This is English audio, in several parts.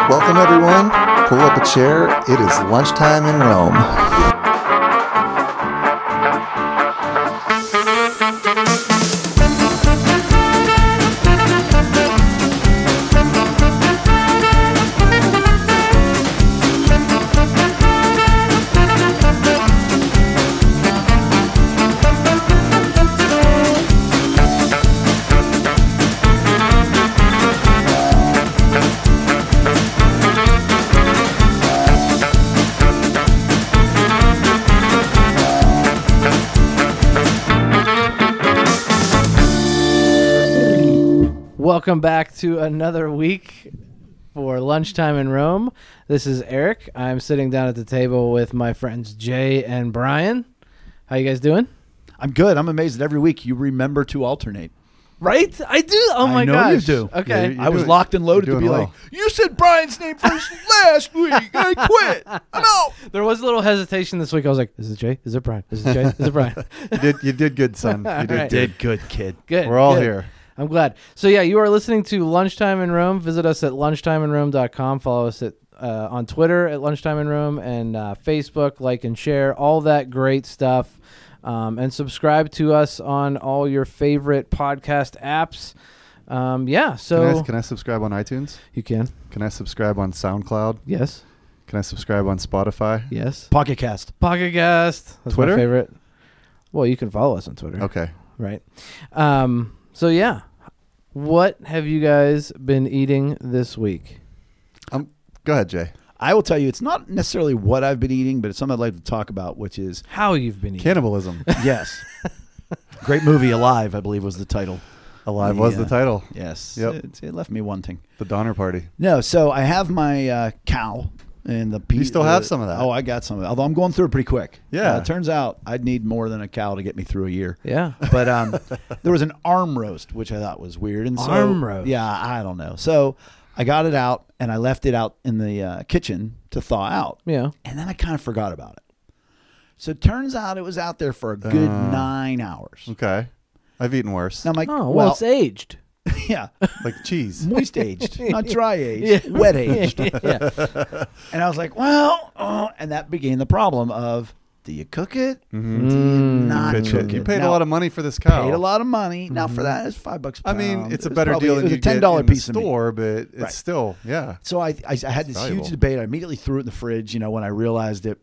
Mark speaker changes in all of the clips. Speaker 1: Welcome, everyone. Pull up a chair. It is lunchtime in Rome.
Speaker 2: Welcome back to another week for lunchtime in Rome. This is Eric. I'm sitting down at the table with my friends Jay and Brian. How you guys doing?
Speaker 3: I'm good. I'm amazed that every week you remember to alternate.
Speaker 2: Right? I do. Oh my
Speaker 3: I know
Speaker 2: gosh.
Speaker 3: you do.
Speaker 2: Okay.
Speaker 3: I was locked and loaded
Speaker 1: you're
Speaker 3: to be
Speaker 1: doing
Speaker 3: like, you said Brian's name first last week. I quit. I'm out.
Speaker 2: there was a little hesitation this week. I was like, "Is it Jay? Is it Brian? Is it Jay? Is it Brian?"
Speaker 1: You did, you did good, son. You did
Speaker 2: Alright.
Speaker 1: good.
Speaker 3: Did good, kid.
Speaker 2: Good.
Speaker 1: We're all
Speaker 2: good.
Speaker 1: here.
Speaker 2: I'm glad. So yeah, you are listening to Lunchtime in Rome. Visit us at lunchtimeinrome.com. Follow us at uh, on Twitter at Lunchtime in Rome and uh, Facebook. Like and share all that great stuff, um, and subscribe to us on all your favorite podcast apps. Um, yeah.
Speaker 1: Can
Speaker 2: So
Speaker 1: I, can I subscribe on iTunes?
Speaker 2: you can.
Speaker 1: Can I subscribe on SoundCloud?
Speaker 2: Yes.
Speaker 1: Can I subscribe on Spotify?
Speaker 2: Yes.
Speaker 3: Pocket cast.
Speaker 2: Pocket Cast. That's
Speaker 1: Twitter? Oh.
Speaker 2: my favorite. Well, you can follow us on Twitter.
Speaker 1: Okay.
Speaker 2: Right. Um, so yeah, what have you guys been eating this week?
Speaker 1: Um, go ahead, Jay.
Speaker 3: I will tell you, it's not necessarily what I've been eating, but it's something I'd like to talk about, which is
Speaker 2: How you've been eating?
Speaker 1: Cannibalism.
Speaker 3: yes. Great movie, Alive, I believe was the title.
Speaker 1: Alive was
Speaker 3: Yeah.
Speaker 1: the title.
Speaker 3: Yes.
Speaker 1: Yep.
Speaker 3: It, it left me wanting.
Speaker 1: The Donner Party.
Speaker 3: No, so I have my uh, cow and the piece.
Speaker 1: still have some of that?
Speaker 3: Oh, I got some of that. Although I'm going through it pretty quick.
Speaker 1: Yeah.
Speaker 3: Uh, it turns out I'd need more than a cow to get me through a year.
Speaker 2: Yeah.
Speaker 3: But um, there was an arm roast, which I thought was weird. And so,
Speaker 2: Arm roast?
Speaker 3: Yeah, I don't know. So I got it out and I left it out in the uh, kitchen to thaw out.
Speaker 2: Yeah.
Speaker 3: And then I kind of forgot about it. So it turns out it was out there for a good
Speaker 1: Uh.
Speaker 3: nine hours. And
Speaker 1: Okay. I've eaten worse.
Speaker 3: I'm like,
Speaker 2: Oh, well,
Speaker 3: well,
Speaker 2: it's aged.
Speaker 3: yeah,
Speaker 1: Like cheese.
Speaker 3: moist aged, not dry aged, wet aged.
Speaker 2: yeah.
Speaker 3: And I was like, well, oh, and that began the problem of do you cook it? Do you not
Speaker 1: Pitch
Speaker 3: cook
Speaker 1: it.
Speaker 3: it?
Speaker 1: Mm-hmm. You paid a
Speaker 3: Now,
Speaker 1: lot of money for this cow.
Speaker 3: Paid a lot of money. Now for that, it's five bucks. a
Speaker 1: I mean,
Speaker 3: pound.
Speaker 1: it's a
Speaker 3: It was
Speaker 1: better
Speaker 3: probably-
Speaker 1: deal
Speaker 3: it
Speaker 1: than
Speaker 3: was
Speaker 1: you
Speaker 3: a ten
Speaker 1: get
Speaker 3: dollar
Speaker 1: in
Speaker 3: piece
Speaker 1: the
Speaker 3: of meat.
Speaker 1: store, but it's
Speaker 3: Right.
Speaker 1: still yeah.
Speaker 3: So I, I, I had this
Speaker 1: valuable.
Speaker 3: huge debate. I immediately threw it in the fridge, you know, when I realized it.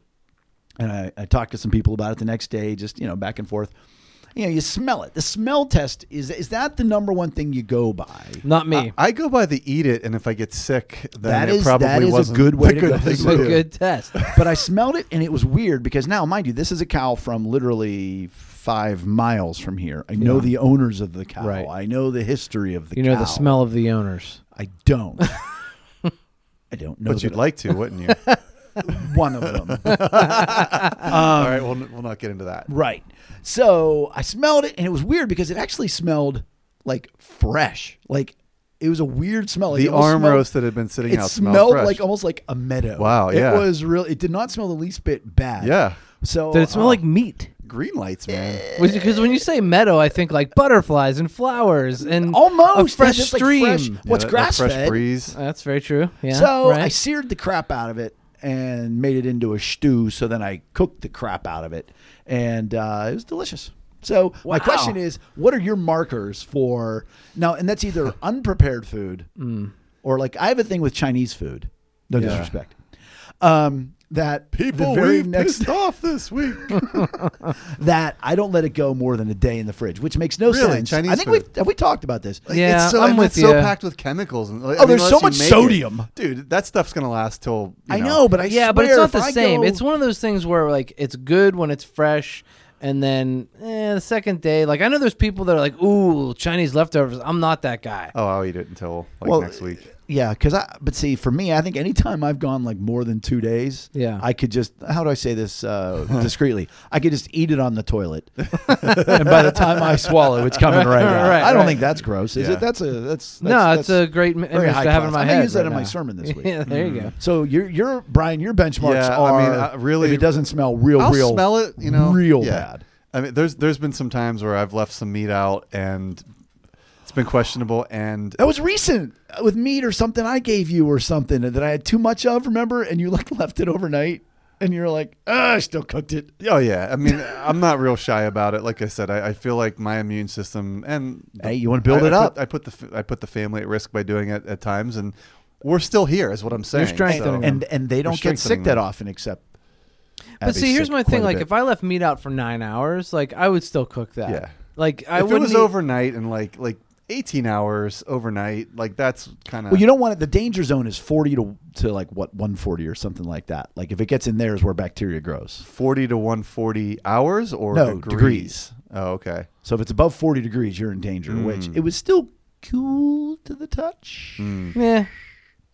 Speaker 3: And I, I talked to some people about it the next day, just, you know, back and forth. You know, you smell it. The smell test is is that the number one thing you go by?
Speaker 2: Not me.
Speaker 1: I go by the eat it, and if I get sick, then
Speaker 3: That
Speaker 1: it
Speaker 3: is-
Speaker 1: probably
Speaker 3: that is a
Speaker 1: wasn't
Speaker 3: good way
Speaker 1: the
Speaker 3: to
Speaker 1: good
Speaker 3: go.
Speaker 1: thing
Speaker 2: it's
Speaker 1: to
Speaker 2: a
Speaker 1: do.
Speaker 2: good test.
Speaker 3: but I smelled it and it was weird because now, mind you, this is a cow from literally five miles from here. I know
Speaker 2: Yeah.
Speaker 3: the owners of the cow.
Speaker 2: Right.
Speaker 3: I know the history of the
Speaker 2: You
Speaker 3: cow.
Speaker 2: know the smell of the owners.
Speaker 3: I don't. I don't know.
Speaker 1: But you'd
Speaker 3: that-
Speaker 1: like to, wouldn't you?
Speaker 3: Um, one of them.
Speaker 1: All right, we'll, we'll not get into that.
Speaker 3: Right. So I smelled it, and it was weird because it actually smelled like fresh. Like it was a weird smell. Like,
Speaker 1: The
Speaker 3: it almost
Speaker 1: arm
Speaker 3: smelled-
Speaker 1: roast that had been sitting
Speaker 3: it
Speaker 1: out smelled
Speaker 3: smelled,
Speaker 1: fresh.
Speaker 3: like almost like a meadow.
Speaker 1: Wow, yeah.
Speaker 3: It was real. It did not smell the least bit bad.
Speaker 1: Yeah.
Speaker 3: So
Speaker 2: Did it smell
Speaker 3: uh,
Speaker 2: like meat?
Speaker 1: Green lights, man.
Speaker 2: Because when you say meadow, I think like butterflies and flowers and
Speaker 3: almost
Speaker 2: a fresh
Speaker 3: It's like
Speaker 2: stream.
Speaker 3: fresh- What's
Speaker 1: that- that
Speaker 3: grass
Speaker 1: Fresh
Speaker 3: fed?
Speaker 1: breeze.
Speaker 2: That's very true. Yeah.
Speaker 3: So
Speaker 2: right?
Speaker 3: I seared the crap out of it and made it into a stew. So then I cooked the crap out of it, and uh, it was delicious. So my
Speaker 2: Wow.
Speaker 3: question is, what are your markers for now? And that's either unprepared food
Speaker 2: Mm.
Speaker 3: or like I have a thing with Chinese food. No
Speaker 1: Yeah.
Speaker 3: disrespect. Um, that
Speaker 1: People
Speaker 3: the very
Speaker 1: we've
Speaker 3: next
Speaker 1: pissed off this week.
Speaker 3: that I don't let it go more than a day in the fridge, which makes no
Speaker 1: Really?
Speaker 3: sense.
Speaker 1: Chinese
Speaker 3: I think
Speaker 1: food?
Speaker 3: we have we talked about this.
Speaker 2: Yeah,
Speaker 1: it's so,
Speaker 2: I'm
Speaker 1: and
Speaker 2: with
Speaker 1: it's so
Speaker 2: ya.
Speaker 1: packed with chemicals. And, like,
Speaker 3: Oh, there's
Speaker 1: unless
Speaker 3: so
Speaker 1: you
Speaker 3: much
Speaker 1: make it-
Speaker 3: sodium.
Speaker 1: dude. That stuff's gonna last till you
Speaker 3: I know, but I
Speaker 2: yeah, but it's
Speaker 3: swear
Speaker 2: not
Speaker 3: if
Speaker 2: the
Speaker 3: I
Speaker 2: same.
Speaker 3: go-
Speaker 2: It's one of those things where like it's good when it's fresh, and then eh, the second day, like I know there's people that are like, "Ooh, Chinese leftovers." I'm not that guy.
Speaker 1: oh, I'll eat it until like next week.
Speaker 3: Yeah, because I but see for me, I think anytime I've gone like more than two days,
Speaker 2: Yeah.
Speaker 3: I could just how do I say this uh, discreetly? I could just eat it on the toilet, and by the time I swallow, it's coming right, out.
Speaker 2: Right,
Speaker 3: I don't
Speaker 2: right.
Speaker 3: think that's gross, is
Speaker 1: Yeah.
Speaker 3: it? That's a that's, that's
Speaker 2: no, it's
Speaker 3: that's
Speaker 2: a great m-
Speaker 3: very
Speaker 2: image
Speaker 3: high
Speaker 2: to have
Speaker 3: class.
Speaker 2: in my
Speaker 3: I'm
Speaker 2: head.
Speaker 3: gonna use that
Speaker 2: right
Speaker 3: in my
Speaker 2: now.
Speaker 3: sermon this week. Mm-hmm.
Speaker 2: yeah, there you go.
Speaker 3: So your your Brian, your benchmarks
Speaker 1: Yeah, I
Speaker 3: are
Speaker 1: mean, I really-
Speaker 3: if it doesn't smell real
Speaker 1: I'll
Speaker 3: real
Speaker 1: smell it, you know,
Speaker 3: real
Speaker 1: Yeah.
Speaker 3: bad.
Speaker 1: I mean, there's there's been some times where I've left some meat out and it's been questionable, and
Speaker 3: That was recent uh, with meat or something I gave you or something that I had too much of, remember? And you like left it overnight and you're like, ah, I still cooked it.
Speaker 1: oh yeah, I mean, I'm not real shy about it. Like I said, I, I feel like my immune system and the-
Speaker 3: Hey, you wanna build
Speaker 1: I-
Speaker 3: it
Speaker 1: I put-
Speaker 3: up.
Speaker 1: I put the f- I put the family at risk by doing it at times, and we're still here, is what I'm saying.
Speaker 2: strengthening
Speaker 1: so-
Speaker 2: them.
Speaker 3: And and they don't get sick
Speaker 1: strengthening
Speaker 3: that
Speaker 1: them.
Speaker 3: often except
Speaker 2: But
Speaker 3: Abby's
Speaker 2: see, here's
Speaker 3: sick
Speaker 2: my
Speaker 3: quite
Speaker 2: thing:
Speaker 3: a
Speaker 2: like,
Speaker 3: bit.
Speaker 2: if I left meat out for nine hours, like I would still cook that.
Speaker 1: Yeah.
Speaker 2: Like I
Speaker 1: if it
Speaker 2: wouldn't.
Speaker 1: was
Speaker 3: e-
Speaker 2: eat-
Speaker 1: overnight and like like 18 hours overnight, like that's kind of
Speaker 3: Well, you don't want it. The danger zone is 40 to, to like what, 140 or something like that. Like if it gets in there is where bacteria grows.
Speaker 1: 40 to 140 hours or
Speaker 3: No,
Speaker 1: degrees.
Speaker 3: degrees.
Speaker 1: Oh, okay.
Speaker 3: So if it's above 40 degrees, you're in danger,
Speaker 1: Hmm.
Speaker 3: which it was still cool to the touch
Speaker 1: Hmm.
Speaker 2: Yeah.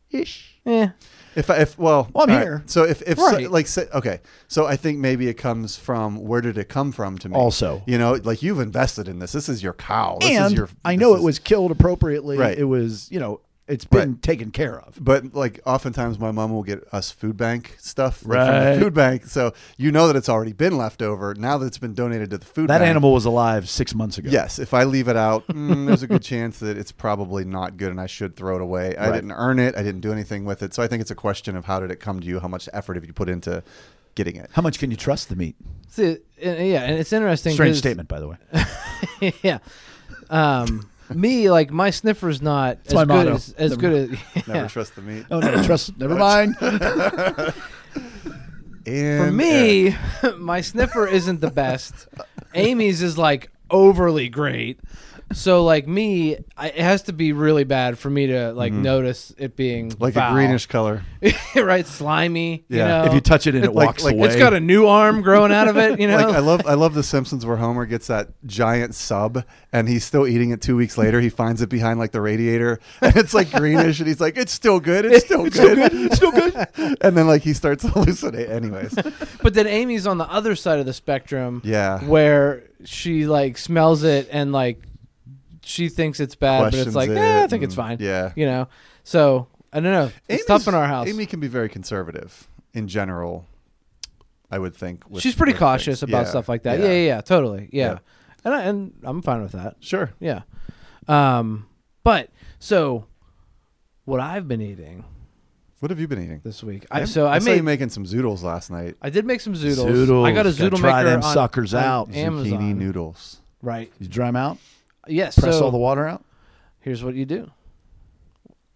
Speaker 3: ish.
Speaker 2: Yeah.
Speaker 1: If I, if well,
Speaker 3: Well, I'm
Speaker 1: all right.
Speaker 3: here.
Speaker 1: So if if
Speaker 2: Right.
Speaker 1: so, like say, okay, so I think maybe it comes from where did it come from to me?
Speaker 3: Also.
Speaker 1: you know, like you've invested in this. This is your cow. This
Speaker 3: and
Speaker 1: is your,
Speaker 3: I
Speaker 1: this
Speaker 3: know
Speaker 1: is-
Speaker 3: it was killed appropriately.
Speaker 1: Right.
Speaker 3: It was, you know, it's been
Speaker 1: Right.
Speaker 3: taken care of.
Speaker 1: But like oftentimes, my mom will get us food bank stuff like, from
Speaker 3: Right.
Speaker 1: the food bank. So you know that it's already been left over. Now that it's been donated to the food
Speaker 3: That
Speaker 1: bank,
Speaker 3: animal was alive six months ago.
Speaker 1: Yes, if I leave it out, mm, there's a good chance that it's probably not good and I should throw it away. I
Speaker 3: Right.
Speaker 1: didn't earn it. I didn't do anything with it. So I think it's a question of how did it come to you? How much effort have you put into getting it?
Speaker 3: How much can you trust the meat?
Speaker 2: See, and- yeah, and it's interesting.
Speaker 3: Strange
Speaker 2: 'cause-
Speaker 3: statement, by the way.
Speaker 2: yeah. Um, me like my sniffer's not as
Speaker 3: my
Speaker 2: good
Speaker 3: motto.
Speaker 2: as, as
Speaker 3: Never
Speaker 2: good as.
Speaker 1: Never
Speaker 2: yeah.
Speaker 1: trust the meat.
Speaker 3: Oh, no, trust. Never mind.
Speaker 2: For
Speaker 1: And uh, Eric.
Speaker 2: me, my sniffer isn't the best. Amy's is like overly great. So like me, I, it has to be really bad for me to like notice it being
Speaker 1: Mm-hmm. like
Speaker 2: foul.
Speaker 1: a greenish color.
Speaker 2: right? Slimy.
Speaker 1: Yeah.
Speaker 2: You know?
Speaker 3: If you touch it and it
Speaker 1: Like-
Speaker 3: walks
Speaker 1: like-
Speaker 3: away,
Speaker 2: It's got a new arm growing out of it, you know.
Speaker 1: Like I love, I love the Simpsons where Homer gets that giant sub, and he's still eating it two weeks later. He finds it behind like the radiator, and it's like greenish, and he's like, "It's still good, it's still good, it's still good." and then like he starts hallucinating. Anyways,
Speaker 2: but then Amy's on the other side of the spectrum.
Speaker 1: Yeah.
Speaker 2: Where she like smells it and like she thinks it's bad, but it's
Speaker 1: Questions
Speaker 2: like,
Speaker 1: it
Speaker 2: eh, I think it's
Speaker 1: and-
Speaker 2: fine.
Speaker 1: yeah.
Speaker 2: You know. So I don't know. It's tough in our house.
Speaker 1: Amy can be very conservative in general. I would think with-
Speaker 2: She's pretty
Speaker 1: with
Speaker 2: cautious
Speaker 1: things.
Speaker 2: about
Speaker 1: Yeah,
Speaker 2: stuff like that. Yeah, yeah, yeah, totally. Yeah.
Speaker 1: Yeah.
Speaker 2: And I, and I'm fine with that.
Speaker 1: Sure.
Speaker 2: Yeah. Um but so what I've been eating
Speaker 1: What have you been eating?
Speaker 2: this week. I, so I,
Speaker 1: saw you
Speaker 2: made
Speaker 1: making some zoodles last night.
Speaker 2: I did make some zoodles.
Speaker 3: Zoodles.
Speaker 2: I got a
Speaker 3: Gotta
Speaker 2: zoodle
Speaker 3: try
Speaker 2: maker
Speaker 3: them
Speaker 2: on-
Speaker 3: suckers
Speaker 2: on
Speaker 3: out.
Speaker 1: Zucchini
Speaker 2: Amazon.
Speaker 1: noodles.
Speaker 2: Right.
Speaker 3: you dry 'em out,
Speaker 2: Yes.
Speaker 3: press
Speaker 2: so
Speaker 3: all the water out.
Speaker 2: here's what you do.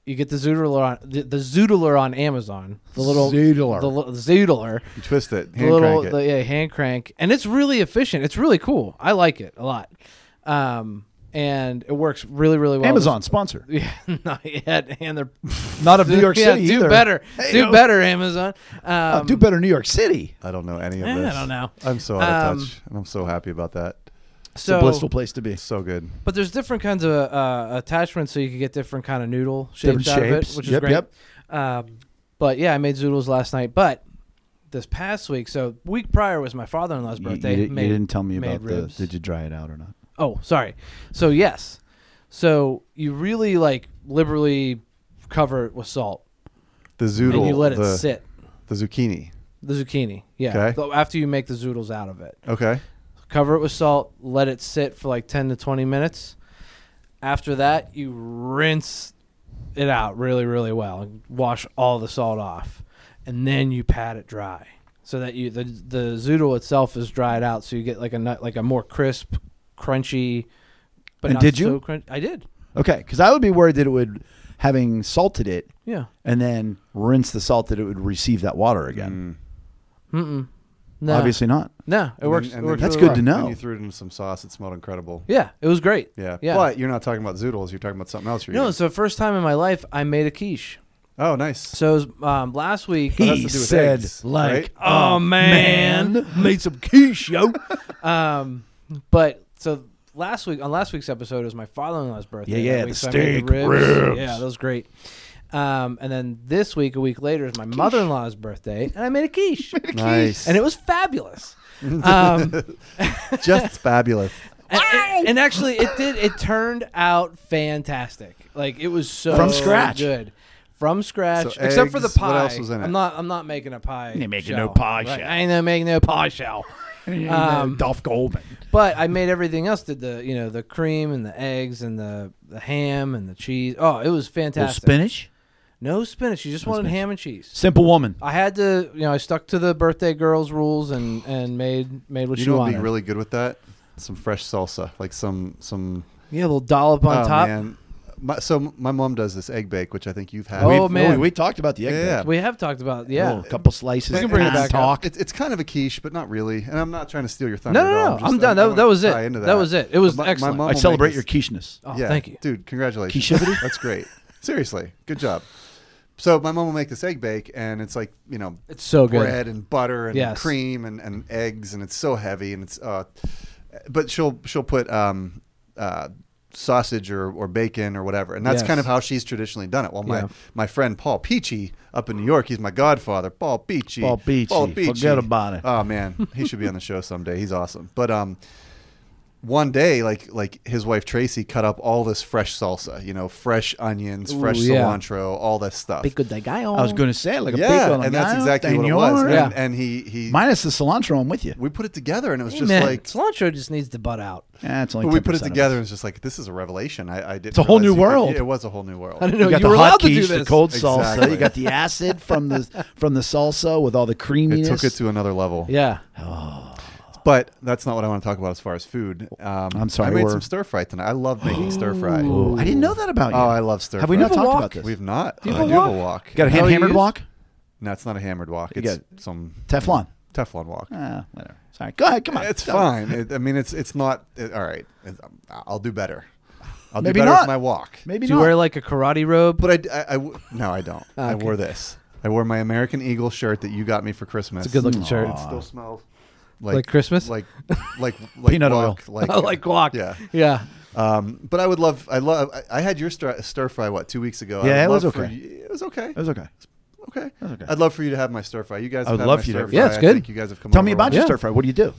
Speaker 2: You get the zoodler on the, the zoodler on Amazon. The little
Speaker 3: Zoodler.
Speaker 2: The li- zoodler.
Speaker 1: You twist it,
Speaker 2: The
Speaker 1: hand
Speaker 2: little
Speaker 1: crank it.
Speaker 2: the- yeah, hand crank. And it's really efficient. It's really cool. I like it a lot. Um and it works really, really well.
Speaker 3: Amazon sponsor,
Speaker 2: Yeah, not yet. And they're
Speaker 3: not of New York
Speaker 2: yeah,
Speaker 3: City
Speaker 2: do
Speaker 3: either.
Speaker 2: better.
Speaker 3: Hey,
Speaker 2: do
Speaker 3: no.
Speaker 2: better, Amazon. Um,
Speaker 3: Oh, do better, New York City.
Speaker 1: I don't know any of
Speaker 2: eh, I
Speaker 1: this.
Speaker 2: don't know.
Speaker 1: I'm so out of
Speaker 2: Um,
Speaker 1: touch, and I'm so happy about that.
Speaker 3: It's a blissful
Speaker 2: So,
Speaker 3: place to be.
Speaker 1: It's so good.
Speaker 2: but there's different kinds of uh, attachments, so you can get different kind of noodle shapes
Speaker 3: Different
Speaker 2: out of
Speaker 3: shapes.
Speaker 2: it, which
Speaker 3: Yep,
Speaker 2: is great.
Speaker 3: yep.
Speaker 2: Um, but yeah, I made zoodles last night. But this past week, so week prior was my father-in-law's
Speaker 3: You,
Speaker 2: birthday.
Speaker 3: you di- you
Speaker 2: made-
Speaker 3: didn't tell me
Speaker 2: made
Speaker 3: about the.
Speaker 2: ribs.
Speaker 3: Did you dry it out or not?
Speaker 2: Oh, sorry. So yes, so you really like liberally cover it with salt,
Speaker 1: The zoodle.
Speaker 2: and you let it
Speaker 1: the,
Speaker 2: sit.
Speaker 1: The zucchini.
Speaker 2: The zucchini, yeah.
Speaker 1: Okay.
Speaker 2: So After you make the zoodles out of it,
Speaker 1: Okay.
Speaker 2: cover it with salt, let it sit for like 10 to 20 minutes. After that, you rinse it out really, really well and wash all the salt off. And then you pat it dry so that you the the zoodle itself is dried out so you get like a nut like a more crisp, crunchy but
Speaker 3: And
Speaker 2: not
Speaker 3: did you?
Speaker 2: so crunch- I did.
Speaker 3: Okay, because I would be worried that it would, having salted it
Speaker 2: Yeah.
Speaker 3: and then rinse the salt, that it would receive that water again.
Speaker 2: Mm-mm. No.
Speaker 3: Obviously not.
Speaker 2: No, it
Speaker 1: And
Speaker 2: works.
Speaker 1: then- and
Speaker 2: it works
Speaker 1: then-
Speaker 3: That's
Speaker 2: really
Speaker 3: good to
Speaker 2: well.
Speaker 1: Then
Speaker 3: know.
Speaker 1: you threw it in some sauce. It smelled incredible.
Speaker 2: Yeah, it was great.
Speaker 1: Yeah.
Speaker 2: Yeah.
Speaker 1: But you're not talking about zoodles. You're talking about something else. You're
Speaker 2: No,
Speaker 1: eating.
Speaker 2: it's the first time in my life I made a quiche.
Speaker 1: Oh, nice.
Speaker 2: So it was, um, last week
Speaker 1: That has to do with
Speaker 3: said,
Speaker 1: eggs,
Speaker 3: like,
Speaker 1: right?
Speaker 2: Oh man. made some quiche, yo. um, but so last week on last week's episode was my father-in-law's birthday.
Speaker 3: Yeah, yeah,
Speaker 2: that
Speaker 3: the
Speaker 2: week, so I made
Speaker 3: steak ribs.
Speaker 2: Yeah, that was great. Um, and then this week, a week later, is my mother-in-law's birthday, and I made a quiche,
Speaker 1: nice.
Speaker 2: and it was fabulous. Um,
Speaker 1: just fabulous.
Speaker 2: and, and- and actually, it did. It turned out fantastic. Like it was so
Speaker 3: From scratch.
Speaker 2: good. From scratch,
Speaker 1: So
Speaker 2: except for the
Speaker 1: eggs, what
Speaker 2: pie.
Speaker 1: else was in it?
Speaker 2: I'm not. I'm not making a pie.
Speaker 3: You're making
Speaker 2: shell.
Speaker 3: no pie
Speaker 2: Right.
Speaker 3: shell.
Speaker 2: I ain't no making no pie shell. Um,
Speaker 3: Dolph Goldman.
Speaker 2: But I made everything else. Did the you know the cream and the eggs and the, the ham and the cheese? Oh, it was fantastic.
Speaker 3: spinach.
Speaker 2: No spinach. You just wanted ham and cheese.
Speaker 3: Simple woman.
Speaker 2: I had to, you know, I stuck to the birthday girls rules and and made made what
Speaker 1: You
Speaker 2: she
Speaker 1: know what'd
Speaker 2: wanted.
Speaker 1: be really good with that? Some fresh salsa, like some some
Speaker 2: yeah, a little dollop on
Speaker 1: oh,
Speaker 2: top.
Speaker 1: Man. My, so my mom does this egg bake, which I think you've had.
Speaker 2: Oh,
Speaker 3: We've-
Speaker 2: man.
Speaker 3: we, we talked about the egg.
Speaker 1: Yeah,
Speaker 3: bake.
Speaker 2: We have talked about yeah.
Speaker 3: Oh, a couple slices.
Speaker 2: can bring it
Speaker 3: and
Speaker 2: back
Speaker 3: talk.
Speaker 1: It's, it's kind of a quiche, but not really. And I'm not trying to steal your thunder.
Speaker 2: No, no,
Speaker 1: at all.
Speaker 2: no.
Speaker 1: just-
Speaker 2: I'm done.
Speaker 1: I
Speaker 2: That,
Speaker 1: wanna
Speaker 2: that was it.
Speaker 1: tie into
Speaker 2: That was it. It was
Speaker 1: But
Speaker 2: excellent.
Speaker 1: mom
Speaker 3: I
Speaker 1: will
Speaker 3: celebrate
Speaker 1: make
Speaker 3: your
Speaker 1: this-
Speaker 3: quichenesses.
Speaker 2: oh, thank you.
Speaker 1: dude. Congratulations,
Speaker 3: Quichivity?
Speaker 1: That's great. Seriously, good job. So my mom will make this egg bake, and it's like you know,
Speaker 2: It's so good.
Speaker 1: bread and butter and
Speaker 2: Yes.
Speaker 1: cream and, and eggs, and it's so heavy, and it's uh, but she'll she'll put um uh sausage or, or bacon or whatever and that's
Speaker 2: Yes.
Speaker 1: kind of how she's traditionally done it well my
Speaker 2: Yeah.
Speaker 1: my friend paul peachy up in new york he's my godfather paul peachy
Speaker 3: Paul Peachy. Forget about it.
Speaker 1: oh man he should be on the show someday he's awesome but um one day like like his wife tracy cut up all this fresh salsa you know fresh onions fresh
Speaker 2: Ooh, yeah.
Speaker 1: cilantro all this stuff
Speaker 3: I was going to say like a
Speaker 1: yeah
Speaker 3: pico.
Speaker 1: and that's exactly what it was and,
Speaker 2: Yeah.
Speaker 1: and he he
Speaker 3: Minus the cilantro, I'm with you.
Speaker 1: we put it together and it was
Speaker 2: Hey,
Speaker 1: just
Speaker 2: man,
Speaker 1: like
Speaker 2: cilantro just needs to butt out.
Speaker 3: That's only
Speaker 1: but we put
Speaker 3: 10%
Speaker 1: it
Speaker 3: of
Speaker 1: together and it's just like this is a revelation i, I didn't
Speaker 3: a
Speaker 1: realize
Speaker 3: whole new
Speaker 1: you could-
Speaker 3: world.
Speaker 1: it was a whole new world
Speaker 2: I didn't
Speaker 3: You
Speaker 2: know you,
Speaker 3: got the
Speaker 2: were allowed
Speaker 3: hot
Speaker 2: to do
Speaker 3: quiche, the
Speaker 2: this.
Speaker 3: cold salsa.
Speaker 1: Exactly.
Speaker 3: You got the acid from the from the salsa with all the
Speaker 1: it
Speaker 3: creaminess.
Speaker 1: took it to another level
Speaker 2: Yeah.
Speaker 1: but that's not what i want to talk about as far as food um,
Speaker 3: I'm sorry,
Speaker 1: i made
Speaker 3: we're-
Speaker 1: some stir fry tonight i love making stir fry
Speaker 3: Ooh,
Speaker 1: oh
Speaker 3: I didn't know that about you.
Speaker 1: i love stir
Speaker 3: Have
Speaker 1: fry
Speaker 3: we not
Speaker 2: Do you have a
Speaker 3: talked about
Speaker 2: walk?
Speaker 3: this?
Speaker 1: we've not
Speaker 2: Do you
Speaker 1: I
Speaker 2: have a
Speaker 1: do have a
Speaker 2: wok?
Speaker 1: walk
Speaker 3: got a
Speaker 2: How
Speaker 3: hand
Speaker 2: you
Speaker 3: hammered
Speaker 2: use-
Speaker 3: walk,
Speaker 1: no it's not a hammered walk
Speaker 3: You
Speaker 1: it's
Speaker 3: got it.
Speaker 1: some
Speaker 3: Teflon.
Speaker 1: teflon walk
Speaker 3: Ah, whatever. Sorry. Go ahead. Come on.
Speaker 1: it's
Speaker 3: Go.
Speaker 1: fine it, i mean it's it's not it, all right It- i'll do better i'll
Speaker 3: Maybe
Speaker 1: do better
Speaker 3: not.
Speaker 1: with my walk
Speaker 3: Maybe
Speaker 2: Do you
Speaker 3: not.
Speaker 2: wear like a karate robe?
Speaker 1: But I, I- I w- no, I don't.
Speaker 3: Ah,
Speaker 1: I wore this. I wore my American Eagle shirt that you got me for Christmas.
Speaker 2: It's a good looking
Speaker 1: It
Speaker 2: shirt.
Speaker 1: still smells
Speaker 2: Like Christmas?
Speaker 1: like like like
Speaker 3: Peanut oil.
Speaker 1: guac, like,
Speaker 2: I like guac.
Speaker 1: Yeah.
Speaker 2: Yeah.
Speaker 1: Um, but I would love. I love. I- I had your stir, stir fry what two weeks ago. I
Speaker 3: Yeah,
Speaker 1: would
Speaker 3: it was
Speaker 1: love for
Speaker 3: okay.
Speaker 1: you- it was okay.
Speaker 3: It was okay.
Speaker 1: okay.
Speaker 3: was okay.
Speaker 1: I'd love for you to have my stir fry. You guys.
Speaker 3: I
Speaker 1: have
Speaker 3: would
Speaker 1: had
Speaker 3: love
Speaker 1: my
Speaker 3: for you to
Speaker 1: stir
Speaker 3: have
Speaker 2: it. Yeah, it's
Speaker 1: fry. I
Speaker 2: good.
Speaker 1: think you guys have come.
Speaker 3: Tell me about
Speaker 1: you.
Speaker 3: your
Speaker 2: Yeah.
Speaker 3: stir fry. What do you do?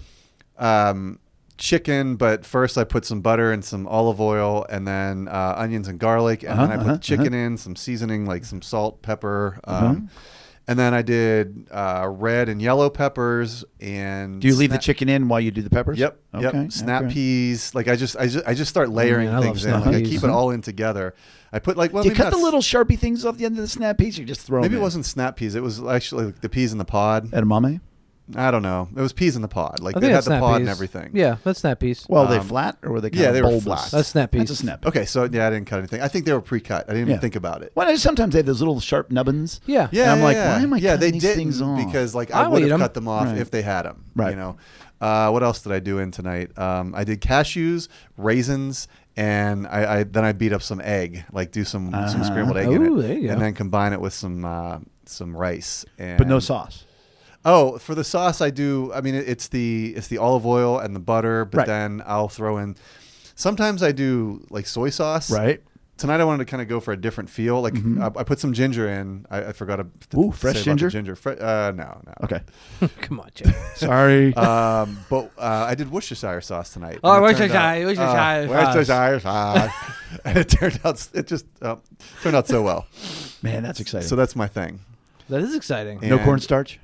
Speaker 1: Um, chicken, but first I put some butter and some olive oil, and then uh, onions and garlic, and then I
Speaker 3: Uh-huh,
Speaker 1: put
Speaker 3: uh-huh,
Speaker 1: the chicken in, some seasoning like some salt, pepper,
Speaker 3: Uh-huh.
Speaker 1: um, and then I did uh, red and yellow peppers. And
Speaker 3: Do you leave
Speaker 1: sna-
Speaker 3: the chicken in while you do the peppers?
Speaker 1: Yep.
Speaker 3: Okay. Mm,
Speaker 1: Yep. Snap
Speaker 3: okay.
Speaker 1: peas. Like I just, I just, I just start layering
Speaker 2: I love
Speaker 1: things in.
Speaker 2: snap
Speaker 1: Like I
Speaker 2: peas.
Speaker 1: keep it all in together. I put like well,
Speaker 3: Do you
Speaker 1: maybe
Speaker 3: cut the
Speaker 1: not-
Speaker 3: little sharpie things off the end of the snap peas? Or you just throw
Speaker 1: Maybe
Speaker 3: them
Speaker 1: it wasn't snap peas. It was actually like the peas in the pod.
Speaker 3: in? edamame.
Speaker 1: I don't know. It was peas in the pod. Like
Speaker 2: I
Speaker 1: they
Speaker 2: think
Speaker 1: had
Speaker 2: that's
Speaker 1: the
Speaker 2: snap
Speaker 1: pod
Speaker 2: peas.
Speaker 1: and everything.
Speaker 2: Yeah, that's snap peas.
Speaker 3: Well, were they
Speaker 1: Um,
Speaker 3: flat or were they? Kind
Speaker 1: yeah,
Speaker 3: of
Speaker 1: they were
Speaker 3: bulbous?
Speaker 1: flat.
Speaker 2: That's snap
Speaker 3: That's a
Speaker 2: peas.
Speaker 3: snap.
Speaker 1: Okay, so yeah, I didn't cut anything. I think they were pre-cut. I didn't
Speaker 3: Yeah.
Speaker 1: even think about it.
Speaker 3: Well, I- sometimes they have those little sharp nubbins.
Speaker 2: Yeah.
Speaker 1: Yeah,
Speaker 3: And I'm
Speaker 1: yeah,
Speaker 3: like,
Speaker 1: yeah.
Speaker 3: why am I
Speaker 1: Yeah,
Speaker 3: cutting
Speaker 1: they
Speaker 3: these
Speaker 1: didn't
Speaker 3: things off?
Speaker 1: because like I
Speaker 2: I'll
Speaker 1: would
Speaker 2: eat
Speaker 1: have
Speaker 2: 'em.
Speaker 1: cut them off
Speaker 3: Right.
Speaker 1: if they had them.
Speaker 3: Right.
Speaker 1: You know, uh, what else did I do in tonight? Um, I did cashews, raisins, and I, I then I beat up some egg, like do some some
Speaker 3: Uh-huh.
Speaker 1: scrambled egg
Speaker 2: Ooh,
Speaker 1: in it,
Speaker 2: there you go.
Speaker 1: and then combine it with some uh, some rice. And
Speaker 3: but no sauce.
Speaker 1: Oh, for the sauce, I do. I mean, it- it's the it's the olive oil and the butter, but
Speaker 3: Right.
Speaker 1: then I'll throw in. Sometimes I do like soy sauce.
Speaker 3: Right. Mm-hmm.
Speaker 1: Tonight I wanted to kind of go for a different feel. Like I, I put some ginger in. I, I forgot to- to
Speaker 3: Ooh, fresh
Speaker 1: say about the
Speaker 3: ginger?
Speaker 1: Ginger. Fre- uh, no, no.
Speaker 3: Okay.
Speaker 2: Come on, Jay.
Speaker 3: Sorry.
Speaker 1: Um, but uh, I did Worcestershire sauce tonight.
Speaker 2: Oh,
Speaker 1: and it
Speaker 2: Worcestershire-
Speaker 1: turned out-
Speaker 2: Worcestershire
Speaker 1: uh,
Speaker 2: sauce.
Speaker 1: Worcestershire sauce. and it turned out it just uh, turned out so well.
Speaker 3: Man, that's exciting.
Speaker 1: so that's my thing.
Speaker 2: that is exciting.
Speaker 1: Yeah.
Speaker 3: no
Speaker 1: and-
Speaker 3: cornstarch.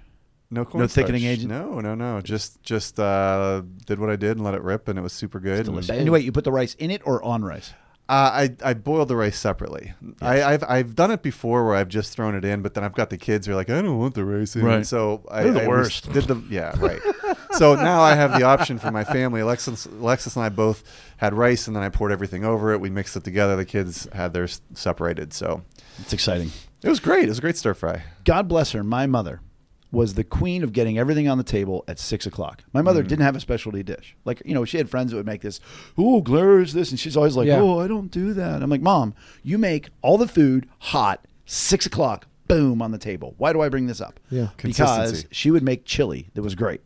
Speaker 1: No corn
Speaker 3: thickening agent?
Speaker 1: No, no, no. Just just uh, did what I did and let it rip, and it was super good. and-
Speaker 3: Delicious. Anyway, you put the rice in it or on rice?
Speaker 1: Uh, I I boiled the rice separately. I, I've I've done it before where I've just thrown it in, but then I've got the kids who are like, I don't want the rice in.
Speaker 3: Right.
Speaker 1: So I,
Speaker 3: They're the
Speaker 1: I
Speaker 3: worst.
Speaker 1: res- did the yeah right. so now I have the option for my family. Alexis Alexis and I both had rice, and then I poured everything over it. We mixed it together. The kids had theirs separated. So
Speaker 3: It's exciting.
Speaker 1: it was great. It was a great stir fry.
Speaker 3: God bless her. My mother was the queen of getting everything on the table at six o'clock. My
Speaker 2: Mm.
Speaker 3: mother didn't have a specialty dish. Like, you know, she had friends that would make this, oh, Claire is this. And she's always like,
Speaker 2: Yeah.
Speaker 3: oh, I don't do that. I'm like, mom, you make all the food hot, six o'clock, boom, on the table. Why do I bring this up?
Speaker 2: Yeah. Mm-hmm.
Speaker 3: Because
Speaker 1: Consistency.
Speaker 3: she would make chili that was great.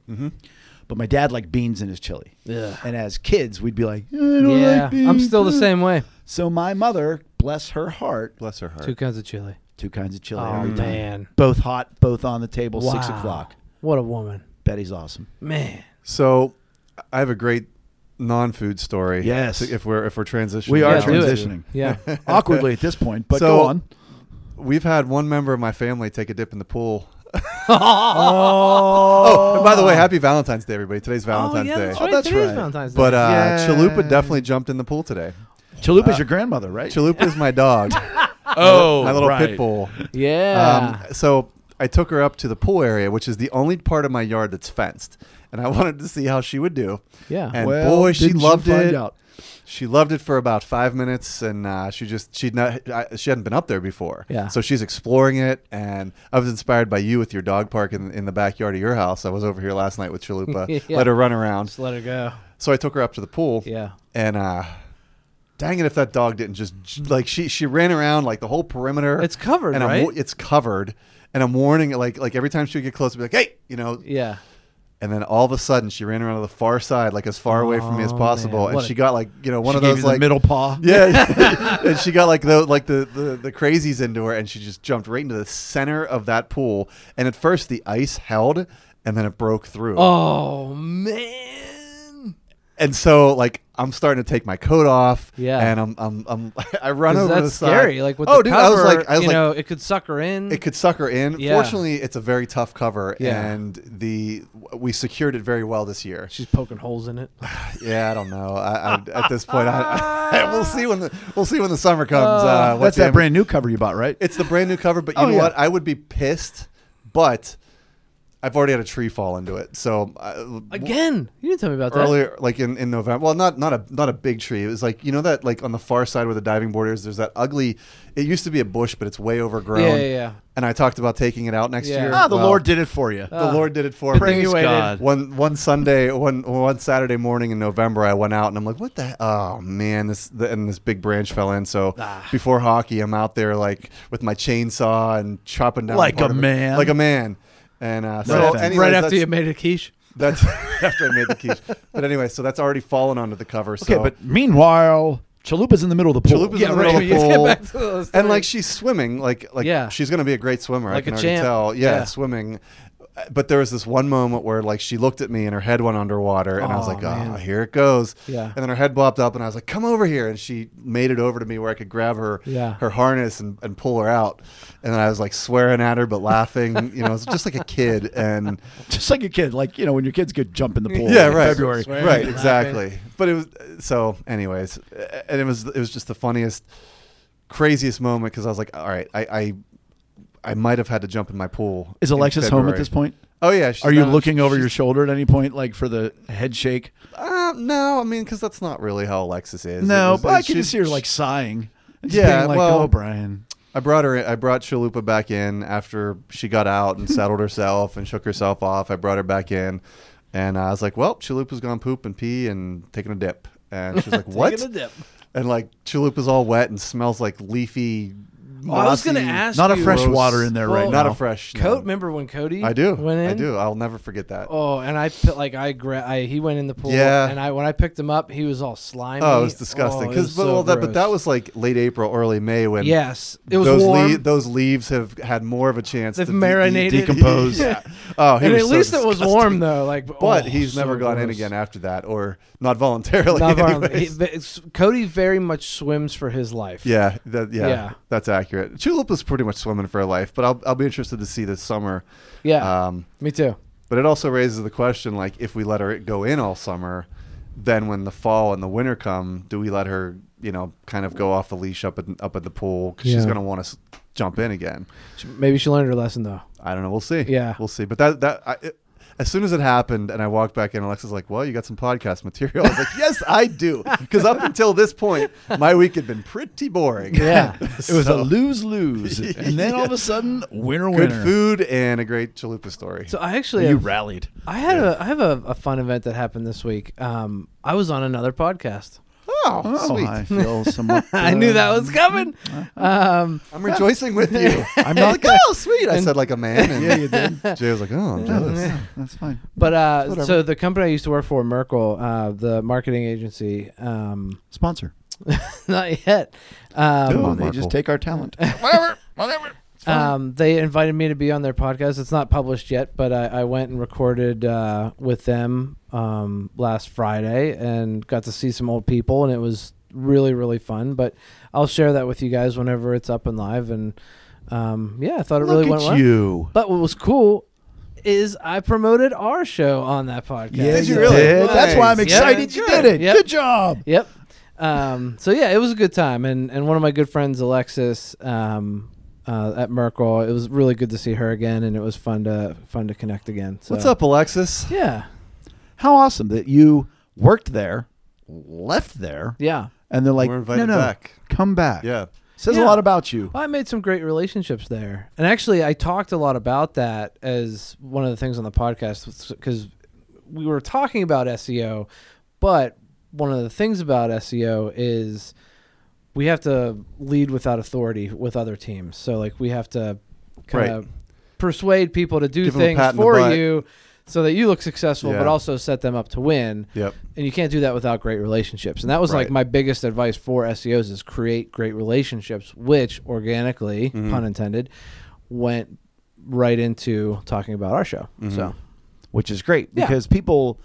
Speaker 3: But my dad liked beans in his chili.
Speaker 2: Yeah.
Speaker 3: And as kids, we'd be like, I don't
Speaker 2: Yeah,
Speaker 3: like beans.
Speaker 2: I'm still the same way.
Speaker 3: So my mother, bless her heart,
Speaker 1: Bless her heart.
Speaker 2: Two kinds of chili.
Speaker 3: two kinds of chili
Speaker 2: Oh
Speaker 3: every time.
Speaker 2: man,
Speaker 3: Both hot, both on the table, six
Speaker 2: Wow.
Speaker 3: o'clock.
Speaker 2: What a woman,
Speaker 3: Betty's awesome.
Speaker 2: man.
Speaker 1: So I have a great non-food story.
Speaker 3: Yes.
Speaker 1: If we're if we're transitioning,
Speaker 3: We are
Speaker 2: Yeah,
Speaker 1: now
Speaker 2: do it.
Speaker 1: into-
Speaker 3: transitioning.
Speaker 2: Yeah,
Speaker 3: Awkwardly at this point, but
Speaker 1: So-
Speaker 3: go on.
Speaker 1: We've had one member of my family take a dip in the pool. Oh, and by the way, happy Valentine's Day, everybody. Today's Valentine's
Speaker 2: oh, yeah, That's
Speaker 1: Day.
Speaker 2: right.
Speaker 3: that's
Speaker 2: Today's
Speaker 3: right.
Speaker 2: Valentine's Day.
Speaker 1: But uh,
Speaker 2: Yeah.
Speaker 1: Chalupa definitely jumped in the pool today.
Speaker 3: Chalupa's your grandmother, right?
Speaker 1: Uh, Chalupa is my dog,
Speaker 4: Oh,
Speaker 1: my little
Speaker 4: right.
Speaker 1: pit bull.
Speaker 2: yeah.
Speaker 1: Um, so I took her up to the pool area, which is the only part of my yard that's fenced, and I wanted to see how she would do.
Speaker 2: Yeah.
Speaker 1: and
Speaker 3: Well,
Speaker 1: boy, she
Speaker 3: didn't you
Speaker 1: loved
Speaker 3: find
Speaker 1: it.
Speaker 3: out.
Speaker 1: She loved it for about five minutes, and uh, she just she not I, she hadn't been up there before.
Speaker 2: Yeah.
Speaker 1: So she's exploring it, and I was inspired by you with your dog park in, in the backyard of your house. I was over here last night with Chalupa,
Speaker 2: Yeah.
Speaker 1: let her run around.
Speaker 2: Just let her go.
Speaker 1: So I took her up to the pool.
Speaker 2: Yeah.
Speaker 1: And uh, dang it, if that dog didn't just like she she ran around like the whole perimeter.
Speaker 2: It's covered,
Speaker 1: and
Speaker 2: right?
Speaker 1: I'm, wa- it's covered. And I'm warning it, like like every time she would get close, I'd be like, hey, you know,
Speaker 2: Yeah.
Speaker 1: and then all of a sudden she ran around to the far side, like as far away from me as
Speaker 2: Oh,
Speaker 1: possible,
Speaker 2: man.
Speaker 1: and
Speaker 2: What
Speaker 1: she
Speaker 2: a-
Speaker 1: got like you know one
Speaker 3: She
Speaker 1: of
Speaker 3: gave
Speaker 1: those
Speaker 3: you the
Speaker 1: like
Speaker 3: middle paw.
Speaker 1: yeah, and she got like the like the, the the crazies into her, and she just jumped right into the center of that pool. And at first the ice held, and then it broke through.
Speaker 2: Oh man.
Speaker 1: And so like I'm starting to take my coat off,
Speaker 2: Yeah.
Speaker 1: and I'm I'm, I'm I run
Speaker 2: 'Cause
Speaker 1: over to the
Speaker 2: that's
Speaker 1: side.
Speaker 2: scary. Like with
Speaker 1: oh,
Speaker 2: the
Speaker 1: dude,
Speaker 2: cover,
Speaker 1: I was like I was
Speaker 2: you
Speaker 1: like
Speaker 2: know, it could suck her in.
Speaker 1: it could suck her in.
Speaker 2: Yeah.
Speaker 1: Fortunately, it's a very tough cover,
Speaker 2: Yeah.
Speaker 1: and the we secured it very well this year.
Speaker 2: She's poking holes in it.
Speaker 1: Yeah, I don't know. I, I, at this point, I, I, we'll see when the we'll see when the summer comes. Uh, what
Speaker 3: That's that
Speaker 1: damage-
Speaker 3: brand new cover you bought, right?
Speaker 1: It's the brand new cover, but you
Speaker 3: Oh,
Speaker 1: know
Speaker 3: yeah.
Speaker 1: what? I would be pissed, but I've already had a tree fall into it. So uh,
Speaker 2: Again, you didn't tell me about that.
Speaker 1: earlier, like in, in November. Well, not not a not a big tree. It was like you know that like on the far side where the diving board is. There's that ugly. It used to be a bush, but it's way overgrown.
Speaker 2: Yeah, yeah, yeah.
Speaker 1: And I talked about taking it out next
Speaker 2: Yeah.
Speaker 1: year.
Speaker 3: ah, the
Speaker 1: Well,
Speaker 3: Lord did it for you. Ah.
Speaker 1: The Lord did it for
Speaker 2: Good
Speaker 1: me
Speaker 2: thing you
Speaker 4: Ah. Praise
Speaker 2: waited.
Speaker 4: God.
Speaker 1: one one Sunday, one one Saturday morning in November, I went out and I'm like, what the? he- Oh man, this the, and this big branch fell in. So
Speaker 4: Ah.
Speaker 1: before hockey, I'm out there like with my chainsaw and chopping down
Speaker 3: Like
Speaker 1: part
Speaker 3: a
Speaker 1: of it.
Speaker 3: man.
Speaker 1: like a man. And uh, so,
Speaker 3: Right after-
Speaker 1: anyways,
Speaker 2: right
Speaker 1: that's-
Speaker 2: after you made a quiche.
Speaker 1: that's after I made the quiche. But anyway, so that's already fallen onto the cover.
Speaker 3: okay,
Speaker 1: so
Speaker 3: but meanwhile, Chalupa's in the middle of the pool.
Speaker 1: Chalupa's
Speaker 2: Yeah,
Speaker 1: in the middle
Speaker 2: right.
Speaker 1: of
Speaker 2: You
Speaker 1: the
Speaker 2: get
Speaker 1: pool,
Speaker 2: back to those
Speaker 1: and like
Speaker 2: things.
Speaker 1: she's swimming, like like
Speaker 2: Yeah.
Speaker 1: she's gonna be a great swimmer.
Speaker 2: Like
Speaker 1: I can
Speaker 2: a
Speaker 1: already
Speaker 2: champ.
Speaker 1: tell. Yeah,
Speaker 2: Yeah.
Speaker 1: swimming. Uh, But there was this one moment where like she looked at me and her head went underwater, and I was
Speaker 2: Aw,
Speaker 1: like, oh,
Speaker 2: man.
Speaker 1: here it goes.
Speaker 2: Yeah.
Speaker 1: And then her head bobbed up, and I was like, come over here, and she made it over to me where I could grab her
Speaker 2: Yeah.
Speaker 1: her harness and, and pull her out, and then I was like swearing at her but laughing, you know, it was just like a kid, and
Speaker 3: just like a kid, like you know when your kids get jump in the pool.
Speaker 1: yeah,
Speaker 3: in
Speaker 1: right.
Speaker 3: February.
Speaker 2: Swearing
Speaker 1: right,
Speaker 2: and
Speaker 1: exactly. But it was so. Anyways, and it was it was just the funniest, craziest moment because I was like, all right, I I, I might have had to jump in my pool.
Speaker 3: Is
Speaker 1: in
Speaker 3: Alexis home at
Speaker 1: February.
Speaker 3: this point?
Speaker 1: Oh yeah. she's
Speaker 3: Are you
Speaker 1: not-
Speaker 3: looking over your shoulder at any point, like for the head shake?
Speaker 1: Uh, no, I mean, because that's not really how Alexis is. It
Speaker 3: No,
Speaker 1: was-
Speaker 3: but
Speaker 1: it-
Speaker 3: I can
Speaker 1: she-
Speaker 3: just hear her like sighing. and just
Speaker 1: Yeah,
Speaker 3: being like,
Speaker 1: well-
Speaker 3: oh, Brian.
Speaker 1: I brought her. in- I brought Chalupa back in after she got out and settled herself and shook herself off. I brought her back in, and I was like, "Well, Chalupa's gone poop and pee and taking a dip." And she's like, "What?"
Speaker 2: Taking a dip.
Speaker 1: and like Chalupa's all wet and smells like leafy.
Speaker 2: Oh, I was
Speaker 1: mossy-
Speaker 2: gonna ask
Speaker 3: Not a
Speaker 2: you-
Speaker 3: fresh
Speaker 1: gross-
Speaker 3: water in there
Speaker 2: Well,
Speaker 3: right
Speaker 1: Not
Speaker 3: now.
Speaker 1: a fresh no.
Speaker 2: Coat. Remember when Cody?
Speaker 1: I do.
Speaker 2: Went in?
Speaker 1: I do. I'll never forget that.
Speaker 2: Oh, and I put like I, gra- I he went in the pool.
Speaker 1: Yeah.
Speaker 2: And I when I picked him up, he was all slimy.
Speaker 1: oh, it was disgusting.
Speaker 2: Oh, it
Speaker 1: Because
Speaker 2: was
Speaker 1: but,
Speaker 2: so
Speaker 1: well, that, but
Speaker 2: gross.
Speaker 1: that was like late April, early May when
Speaker 2: yes, it was
Speaker 1: those
Speaker 2: warm.
Speaker 1: lea- those leaves have had more of a chance
Speaker 2: They've
Speaker 1: to de- de-
Speaker 2: marinated.
Speaker 3: Decomposed.
Speaker 1: yeah. Oh, he
Speaker 2: and
Speaker 1: was
Speaker 2: at
Speaker 1: so
Speaker 2: least it was
Speaker 1: disgusting.
Speaker 2: warm though. Like,
Speaker 1: But
Speaker 2: oh,
Speaker 1: he's
Speaker 2: so
Speaker 1: never gone in
Speaker 2: gross.
Speaker 1: again after that, or not voluntarily.
Speaker 2: Not violent.
Speaker 1: anyways.
Speaker 2: He- but it's- Cody very much swims for his life.
Speaker 1: Yeah, that, yeah,
Speaker 2: Yeah.
Speaker 1: that's accurate. Chalupa's pretty much swimming for her life, but I'll, I'll be interested to see this summer.
Speaker 2: Yeah.
Speaker 1: Um,
Speaker 2: me too.
Speaker 1: But it also raises the question like, if we let her go in all summer, then when the fall and the winter come, do we let her, you know, kind of go off the leash up at, up at the pool? 'Cause she's
Speaker 2: Yeah.
Speaker 1: going to want to jump in again.
Speaker 2: She- Maybe she learned her lesson though.
Speaker 1: I don't know. We'll see.
Speaker 2: Yeah.
Speaker 1: We'll see. But that, that, I, it, as soon as it happened and I walked back in, Alexa's like, well, you got some podcast material. I was like, yes, I do. Because up until this point, my week had been pretty boring.
Speaker 2: Yeah.
Speaker 3: It was a lose lose, and then all of a sudden, winner
Speaker 1: Good
Speaker 3: winner.
Speaker 1: food and a great chalupa story.
Speaker 2: So I actually
Speaker 3: You
Speaker 2: have,
Speaker 3: rallied.
Speaker 2: I had a I have a, a fun event that happened this week. Um, I was on another podcast.
Speaker 1: oh,
Speaker 3: Oh,
Speaker 1: sweet.
Speaker 3: I feel somewhat. uh,
Speaker 2: I knew that was coming. Um,
Speaker 1: I'm rejoicing with you. I'm
Speaker 3: not-
Speaker 1: like, oh, sweet. I said like a man. And
Speaker 3: Yeah, you did.
Speaker 1: Jay was like, oh, I'm jealous.
Speaker 3: That's fine.
Speaker 2: but uh,
Speaker 3: Whatever.
Speaker 2: so the company I used to work for, Merkle, uh, the marketing agency, um,
Speaker 3: Sponsor.
Speaker 2: not yet.
Speaker 1: Come
Speaker 2: Um,
Speaker 1: on,
Speaker 3: Oh, they
Speaker 1: Markle.
Speaker 3: just take our talent.
Speaker 4: Whatever, whatever.
Speaker 2: um, they invited me to be on their podcast. It's not published yet, but I, I went and recorded uh, with them um, last Friday and got to see some old people, and it was really really fun. But I'll share that with you guys whenever it's up and live. And um, yeah, I thought it really
Speaker 3: Look
Speaker 2: went
Speaker 3: at
Speaker 2: well.
Speaker 3: you.
Speaker 2: But what was cool is I promoted our show on that podcast.
Speaker 1: Did you really?
Speaker 3: did. That's why I'm
Speaker 1: Nice.
Speaker 3: excited
Speaker 1: Yeah,
Speaker 3: you
Speaker 1: good.
Speaker 3: did it.
Speaker 2: Yep.
Speaker 3: Good job.
Speaker 2: Yep. Um, so yeah, it was a good time, and and one of my good friends, Alexis, um, uh, at Merkel, it was really good to see her again, and it was fun to fun to connect again. So.
Speaker 1: What's up, Alexis?
Speaker 2: Yeah,
Speaker 3: How awesome that you worked there, left there,
Speaker 2: yeah.
Speaker 3: and they're like,
Speaker 1: We're
Speaker 3: no,
Speaker 1: invited
Speaker 3: no,
Speaker 1: back."
Speaker 3: come back.
Speaker 1: Yeah.
Speaker 3: Says
Speaker 2: Yeah.
Speaker 3: a lot about you.
Speaker 2: Well, I made some great relationships there, and actually, I talked a lot about that as one of the things on the podcast because we were talking about SEO, but one of the things about SEO is we have to lead without authority with other teams. So like we have to kind of
Speaker 1: Right.
Speaker 2: persuade people to do
Speaker 1: Give 'em a
Speaker 2: things
Speaker 1: pat in the
Speaker 2: for
Speaker 1: butt.
Speaker 2: you so that you look successful, but
Speaker 1: Yeah.
Speaker 2: also set them up to win
Speaker 1: Yep.
Speaker 2: and you can't do that without great relationships and that was like
Speaker 1: Right.
Speaker 2: my biggest advice for seos is create great relationships which organically
Speaker 1: Mm-hmm.
Speaker 2: pun intended went right into talking about our show
Speaker 1: Mm-hmm.
Speaker 2: so
Speaker 3: which is great
Speaker 2: Yeah.
Speaker 3: because people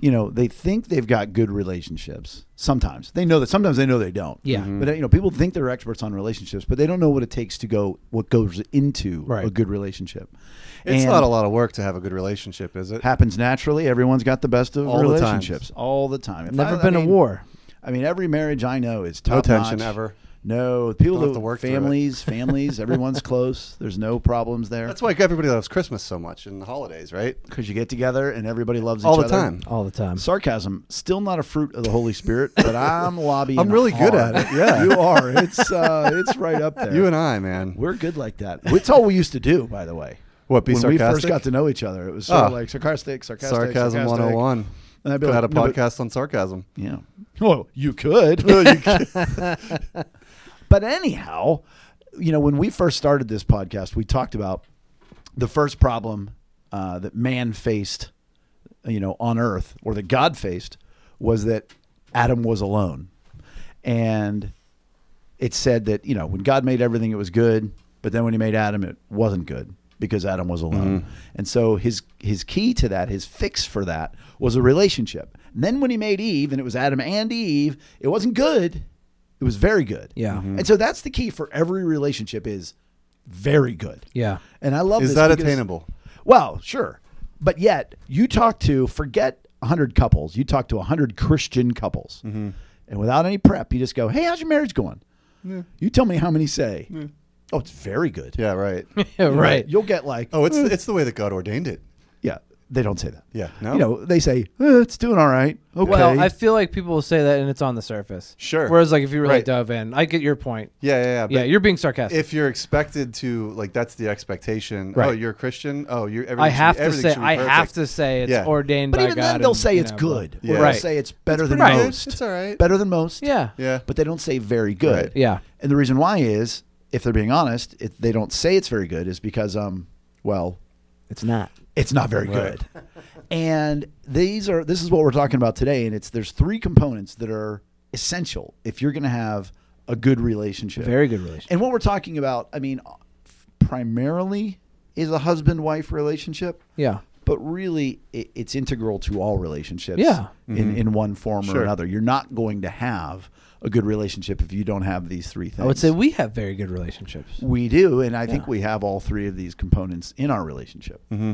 Speaker 3: you know they think they've got good relationships sometimes they know that sometimes they know they don't
Speaker 2: Yeah.
Speaker 1: Mm-hmm.
Speaker 2: Mhm.
Speaker 3: but uh, you know people think they're experts on relationships but they don't know what it takes to go what goes into
Speaker 2: Right.
Speaker 3: a good relationship
Speaker 1: It's
Speaker 3: And
Speaker 1: not a lot of work to have a good relationship, is it?
Speaker 3: happens naturally everyone's got the best of
Speaker 1: All the
Speaker 3: relationships all the time If
Speaker 2: never
Speaker 3: I- I
Speaker 2: been a
Speaker 3: mean-
Speaker 2: war
Speaker 3: i mean every marriage i know is
Speaker 1: No
Speaker 3: top
Speaker 1: tension ever.
Speaker 3: no people
Speaker 1: Don't have
Speaker 3: that-
Speaker 1: to work through it.
Speaker 3: families families everyone's close there's no problems there
Speaker 1: That's why everybody loves Christmas so much and the holidays, right?
Speaker 3: because you get together and everybody loves
Speaker 1: All
Speaker 3: each
Speaker 1: the
Speaker 3: other.
Speaker 1: time.
Speaker 2: all the time
Speaker 3: Sarcasm, still not a fruit of the Holy Spirit, but I'm lobbying.
Speaker 1: I'm really good
Speaker 3: hard.
Speaker 1: at it, yeah.
Speaker 3: you are. It's uh, it's right up there.
Speaker 1: You and I, man.
Speaker 3: we're good like that. It's all we used to do, by the way.
Speaker 1: What, be
Speaker 3: when we first
Speaker 1: sarcastic?
Speaker 3: got to know each other, it was sort of
Speaker 1: Oh.
Speaker 3: like sarcastic, sarcastic,
Speaker 1: sarcasm
Speaker 3: sarcastic.
Speaker 1: 101.
Speaker 3: And I'd be
Speaker 1: Could
Speaker 3: like,
Speaker 1: have had a
Speaker 3: "No, but-"
Speaker 1: podcast on sarcasm.
Speaker 3: Yeah. Well, you could. but anyhow, you know, when we first started this podcast, we talked about the first problem uh, that man faced, you know, on earth or that God faced was that Adam was alone. And it said that, you know, when God made everything, it was good. But then when he made Adam, it wasn't good because Adam was alone. And so his his key to that, his fix for that was a relationship. And then when he made Eve and it was Adam and Eve, it wasn't good. It was very good.
Speaker 2: Yeah.
Speaker 3: And so that's the key for every relationship is very good.
Speaker 2: yeah
Speaker 3: And I love
Speaker 1: Is
Speaker 3: this
Speaker 1: that
Speaker 3: because-
Speaker 1: attainable?
Speaker 3: Well, sure. But yet, you talk to, forget 100 couples, you talk to 100 Christian couples.
Speaker 1: Mm-hmm.
Speaker 3: And without any prep, you just go, hey, how's your marriage going? You tell me how many say, oh, it's very good.
Speaker 1: Yeah, right.
Speaker 2: yeah right
Speaker 3: You'll get like,
Speaker 1: Oh, it's it's the way that God ordained it.
Speaker 3: yeah, they don't say that.
Speaker 1: Yeah, no.
Speaker 3: You know, they say, "Eh, it's doing all right. Okay.
Speaker 2: well i feel like people will say that and it's on the surface
Speaker 1: Sure.
Speaker 2: whereas like if you really
Speaker 1: Right.
Speaker 2: dove in i get your point
Speaker 1: Yeah, yeah, yeah. But
Speaker 2: yeah you're being sarcastic
Speaker 1: if you're expected to like, that's the expectation.
Speaker 3: Right.
Speaker 1: Oh, you're a Christian. Oh, you're. Everything
Speaker 2: i have
Speaker 1: should,
Speaker 2: to
Speaker 1: everything
Speaker 2: say
Speaker 1: should be
Speaker 2: i have
Speaker 1: perfect.
Speaker 2: to say it's
Speaker 1: Yeah.
Speaker 2: ordained
Speaker 3: but
Speaker 2: by
Speaker 3: even
Speaker 2: God
Speaker 3: then, they'll
Speaker 2: and,
Speaker 3: say
Speaker 2: you
Speaker 3: it's
Speaker 2: know,
Speaker 3: good.
Speaker 1: Yeah.
Speaker 3: Or they'll
Speaker 2: Right.
Speaker 3: say it's better than
Speaker 1: pretty good.
Speaker 3: most.
Speaker 1: It's all right.
Speaker 3: Better than most.
Speaker 2: yeah
Speaker 1: Yeah.
Speaker 3: But they don't say very good.
Speaker 1: Right.
Speaker 2: yeah
Speaker 3: And the reason why is, if they're being honest, if they don't say it's very good, is because, um, well,
Speaker 2: it's not
Speaker 3: it's not very
Speaker 1: Right.
Speaker 3: good. and these are this is what we're talking about today. And it's there's three components that are essential if you're going to have a good relationship.
Speaker 2: very good relationship
Speaker 3: And what we're talking about, I mean, primarily is a husband-wife relationship.
Speaker 2: yeah
Speaker 3: But really, it, it's integral to all relationships.
Speaker 2: Yeah.
Speaker 3: In, in one form or
Speaker 1: Sure.
Speaker 3: another. You're not going to have a good relationship if you don't have these three things.
Speaker 2: I would say we have very good relationships.
Speaker 3: We do, and I think
Speaker 2: Yeah.
Speaker 3: we have all three of these components in our relationship. Mm-hmm.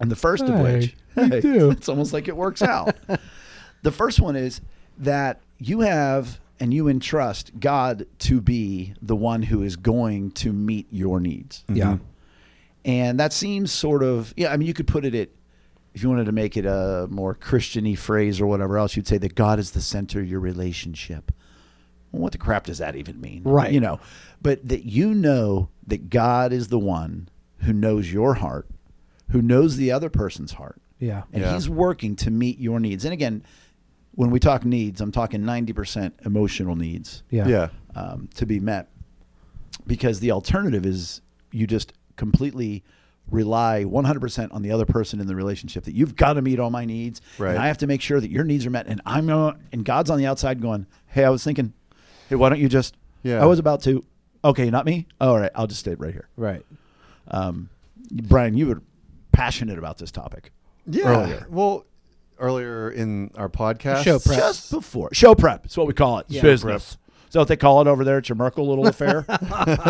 Speaker 3: And the first of
Speaker 2: Hey,
Speaker 3: which,
Speaker 2: we do.
Speaker 3: it's almost like it works out. the first one is that you have and you entrust God to be the one who is going to meet your needs.
Speaker 1: Mm-hmm.
Speaker 2: Yeah.
Speaker 3: And that seems sort of, yeah, I mean, you could put it at, if you wanted to make it a more Christian y phrase or whatever else, you'd say that God is the center of your relationship. Well, what the crap does that even mean?
Speaker 2: Right.
Speaker 3: You know, but that you know that God is the one who knows your heart, who knows the other person's heart,
Speaker 2: Yeah.
Speaker 3: and
Speaker 1: Yeah.
Speaker 3: He's working to meet your needs. And again, when we talk needs, I'm talking 90% emotional needs
Speaker 2: Yeah.
Speaker 1: Yeah.
Speaker 3: um, to be met because the alternative is you just completely rely 100% on the other person in the relationship that you've got to meet all my needs
Speaker 1: Right.
Speaker 3: and I have to make sure that your needs are met and I'm not, and God's on the outside going hey I was thinking hey why don't you just
Speaker 1: Yeah.
Speaker 3: I was about to okay not me all right I'll just stay right here
Speaker 2: Right.
Speaker 3: um, Brian you were passionate about this topic
Speaker 1: Yeah.
Speaker 3: earlier.
Speaker 1: Well, earlier in our podcast,
Speaker 2: Show prep.
Speaker 3: just before show prep is what we call it
Speaker 2: Yeah.
Speaker 3: business Is that what they call it over there at your Merkel little affair?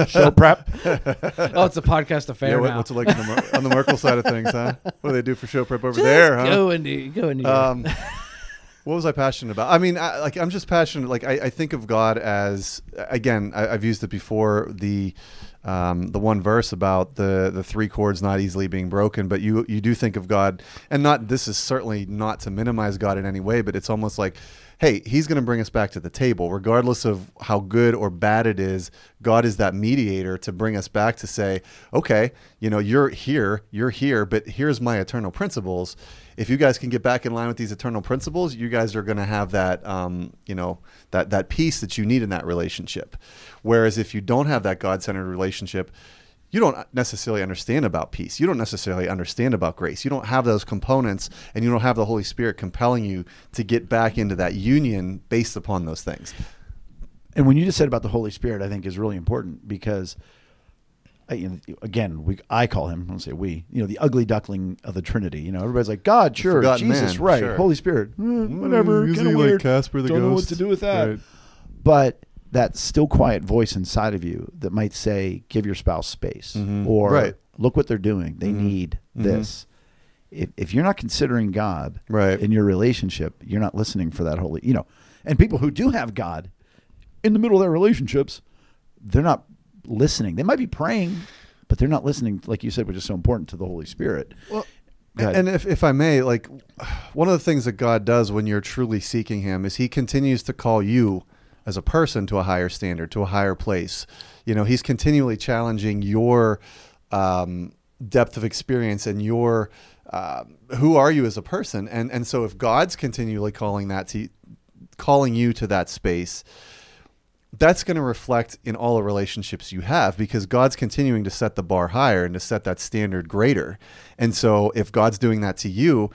Speaker 3: Show prep.
Speaker 2: Oh, it's a podcast
Speaker 1: Yeah,
Speaker 2: affair
Speaker 1: what-
Speaker 2: now.
Speaker 1: what's it like on the, Mer- on the Merkel side of things, huh? What do they do for show prep over
Speaker 2: Just
Speaker 1: there, huh?
Speaker 2: Go into go into.
Speaker 1: Um, what was I passionate about? I mean, I, like I'm just passionate. Like I, I think of God as again, I, I've used it before. The um, the one verse about the the three chords not easily being broken, but you you do think of God, and not this is certainly not to minimize God in any way, but it's almost like. Hey, he's going to bring us back to the table, regardless of how good or bad it is. God is that mediator to bring us back to say, okay, you know, you're here, you're here, but here's my eternal principles if you guys can get back in line with these eternal principles, you guys are going to have that, um, you know, that that peace that you need in that relationship. Whereas if you don't have that God-centered relationship, you don't necessarily understand about peace. You don't necessarily understand about grace. You don't have those components, and you don't have the Holy Spirit compelling you to get back into that union based upon those things.
Speaker 3: and when you just said about the Holy Spirit, I think is really important because, I, you know, again, we I call him. I don't say we. You know, the ugly duckling of the Trinity. You know, everybody's like God, sure,
Speaker 1: forgotten
Speaker 3: Jesus,
Speaker 1: man,
Speaker 3: right,
Speaker 1: sure.
Speaker 3: Holy Spirit, eh, whatever.
Speaker 1: usually
Speaker 3: kinda
Speaker 1: Mm, like
Speaker 3: weird.
Speaker 1: Casper the
Speaker 3: don't know what
Speaker 1: Ghost,
Speaker 3: to do with that.
Speaker 1: right.
Speaker 3: But that still quiet voice inside of you that might say, "Give your spouse space," or
Speaker 1: Mm-hmm. Right. Mm-hmm.
Speaker 3: "Look what they're doing. They need this." If, if you're not considering God
Speaker 1: Right.
Speaker 3: in your relationship, you're not listening for that holy, you know. And people who do have God in the middle of their relationships, they're not listening. They might be praying, but they're not listening, like you said, which is so important to the Holy Spirit.
Speaker 1: Well,
Speaker 3: Go ahead.
Speaker 1: and if, if I may, like one of the things that God does when you're truly seeking Him is He continues to call you as a person to a higher standard, to a higher place. You know, He's continually challenging your um, depth of experience and your um who are you as a person. And and so if God's continually calling that to calling you to that space, that's going to reflect in all the relationships you have because God's continuing to set the bar higher and to set that standard greater. And so if God's doing that to you,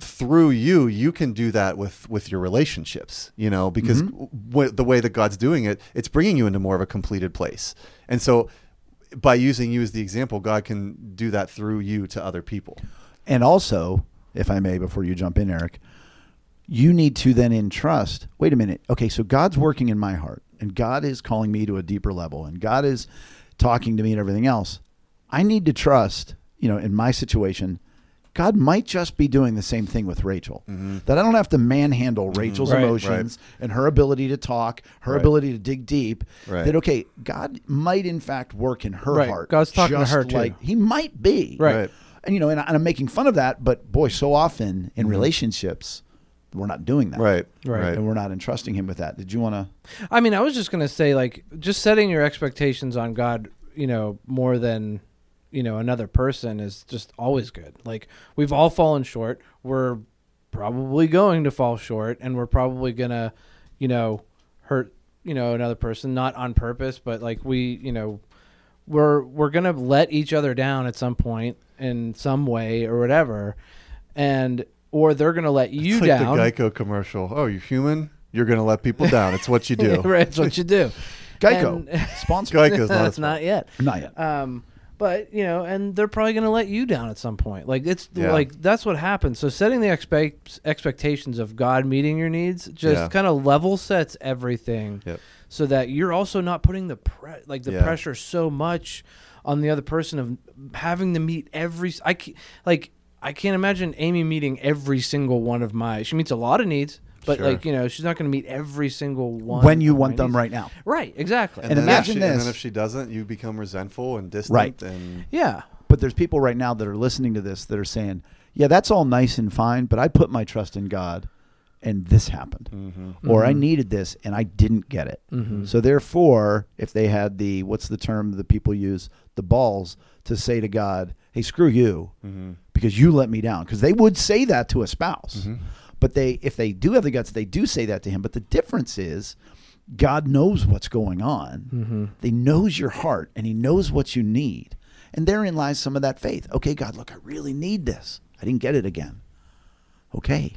Speaker 1: through you you can do that with with your relationships you know because w- the way that god's doing it it's bringing you into more of a completed place and so by using you as the example god can do that through you to other people
Speaker 3: And also, if I may, before you jump in, Eric, you need to then entrust. Wait a minute. Okay, so God's working in my heart, and God is calling me to a deeper level, and God is talking to me and everything else. I need to trust, you know, in my situation, God might just be doing the same thing with Rachel. That I don't have to manhandle Rachel's
Speaker 2: Right.
Speaker 3: emotions and her ability to talk, her
Speaker 1: Right.
Speaker 3: ability to dig deep.
Speaker 1: Right.
Speaker 3: That okay, God might in fact work in her
Speaker 2: Right.
Speaker 3: heart.
Speaker 2: God's talking to
Speaker 3: just
Speaker 2: her too.
Speaker 3: like he might be
Speaker 2: Right.
Speaker 1: Right.
Speaker 3: and you know, and, I- and I'm making fun of that, but boy, so often in relationships, we're not doing that,
Speaker 1: right
Speaker 2: Right.
Speaker 3: And we're not entrusting him with that. Did you want to?
Speaker 2: I mean, I was just gonna say, like, just setting your expectations on God, you know, more than you know another person is just always good. Like, we've all fallen short. We're probably going to fall short, and we're probably gonna, you know, hurt, you know, another person, not on purpose, but like we, you know, we're we're gonna let each other down at some point in some way or whatever, and or they're gonna let you
Speaker 1: it's like
Speaker 2: down.
Speaker 1: the geico commercial oh you're human you're gonna let people down it's what you do
Speaker 2: right, that's what you do.
Speaker 3: Geico
Speaker 2: And-
Speaker 3: sponsor.
Speaker 1: geico's not, a
Speaker 2: That's not yet.
Speaker 3: Not yet.
Speaker 2: Um, but you know, and they're probably going to let you down at some point. Like it's
Speaker 1: Yeah.
Speaker 2: like that's what happens. So setting the expect expectations of God meeting your needs just
Speaker 1: Yeah.
Speaker 2: kind of level sets everything,
Speaker 1: Yep.
Speaker 2: so that you're also not putting the pre- like the
Speaker 1: Yeah.
Speaker 2: pressure so much on the other person of having to meet every. s- I ca- like I can't imagine Amy meeting every single one of my. She meets a lot of needs. But
Speaker 1: Sure.
Speaker 2: like you know, she's not going to meet every single one
Speaker 3: when you
Speaker 2: of my
Speaker 3: want them
Speaker 2: needs.
Speaker 3: right now,
Speaker 2: Right, exactly.
Speaker 3: And
Speaker 1: then if
Speaker 3: imagine
Speaker 1: she- And
Speaker 3: this.
Speaker 1: then if she doesn't, you become resentful and distant.
Speaker 3: Right.
Speaker 1: And
Speaker 2: yeah,
Speaker 3: but there's people right now that are listening to this that are saying, "Yeah, that's all nice and fine, but I put my trust in God, and this happened, or I needed this and I didn't get it." So therefore, if they had the what's the term that people use, the balls to say to God, "Hey, screw you," because you let me down, because they would say that to a spouse, but they if they do have the guts, they do say that to him. But the difference is. God knows what's going on. He knows your heart and he knows what you need. And therein lies some of that faith. Okay, God, look, I really need this. I didn't get it again. Okay.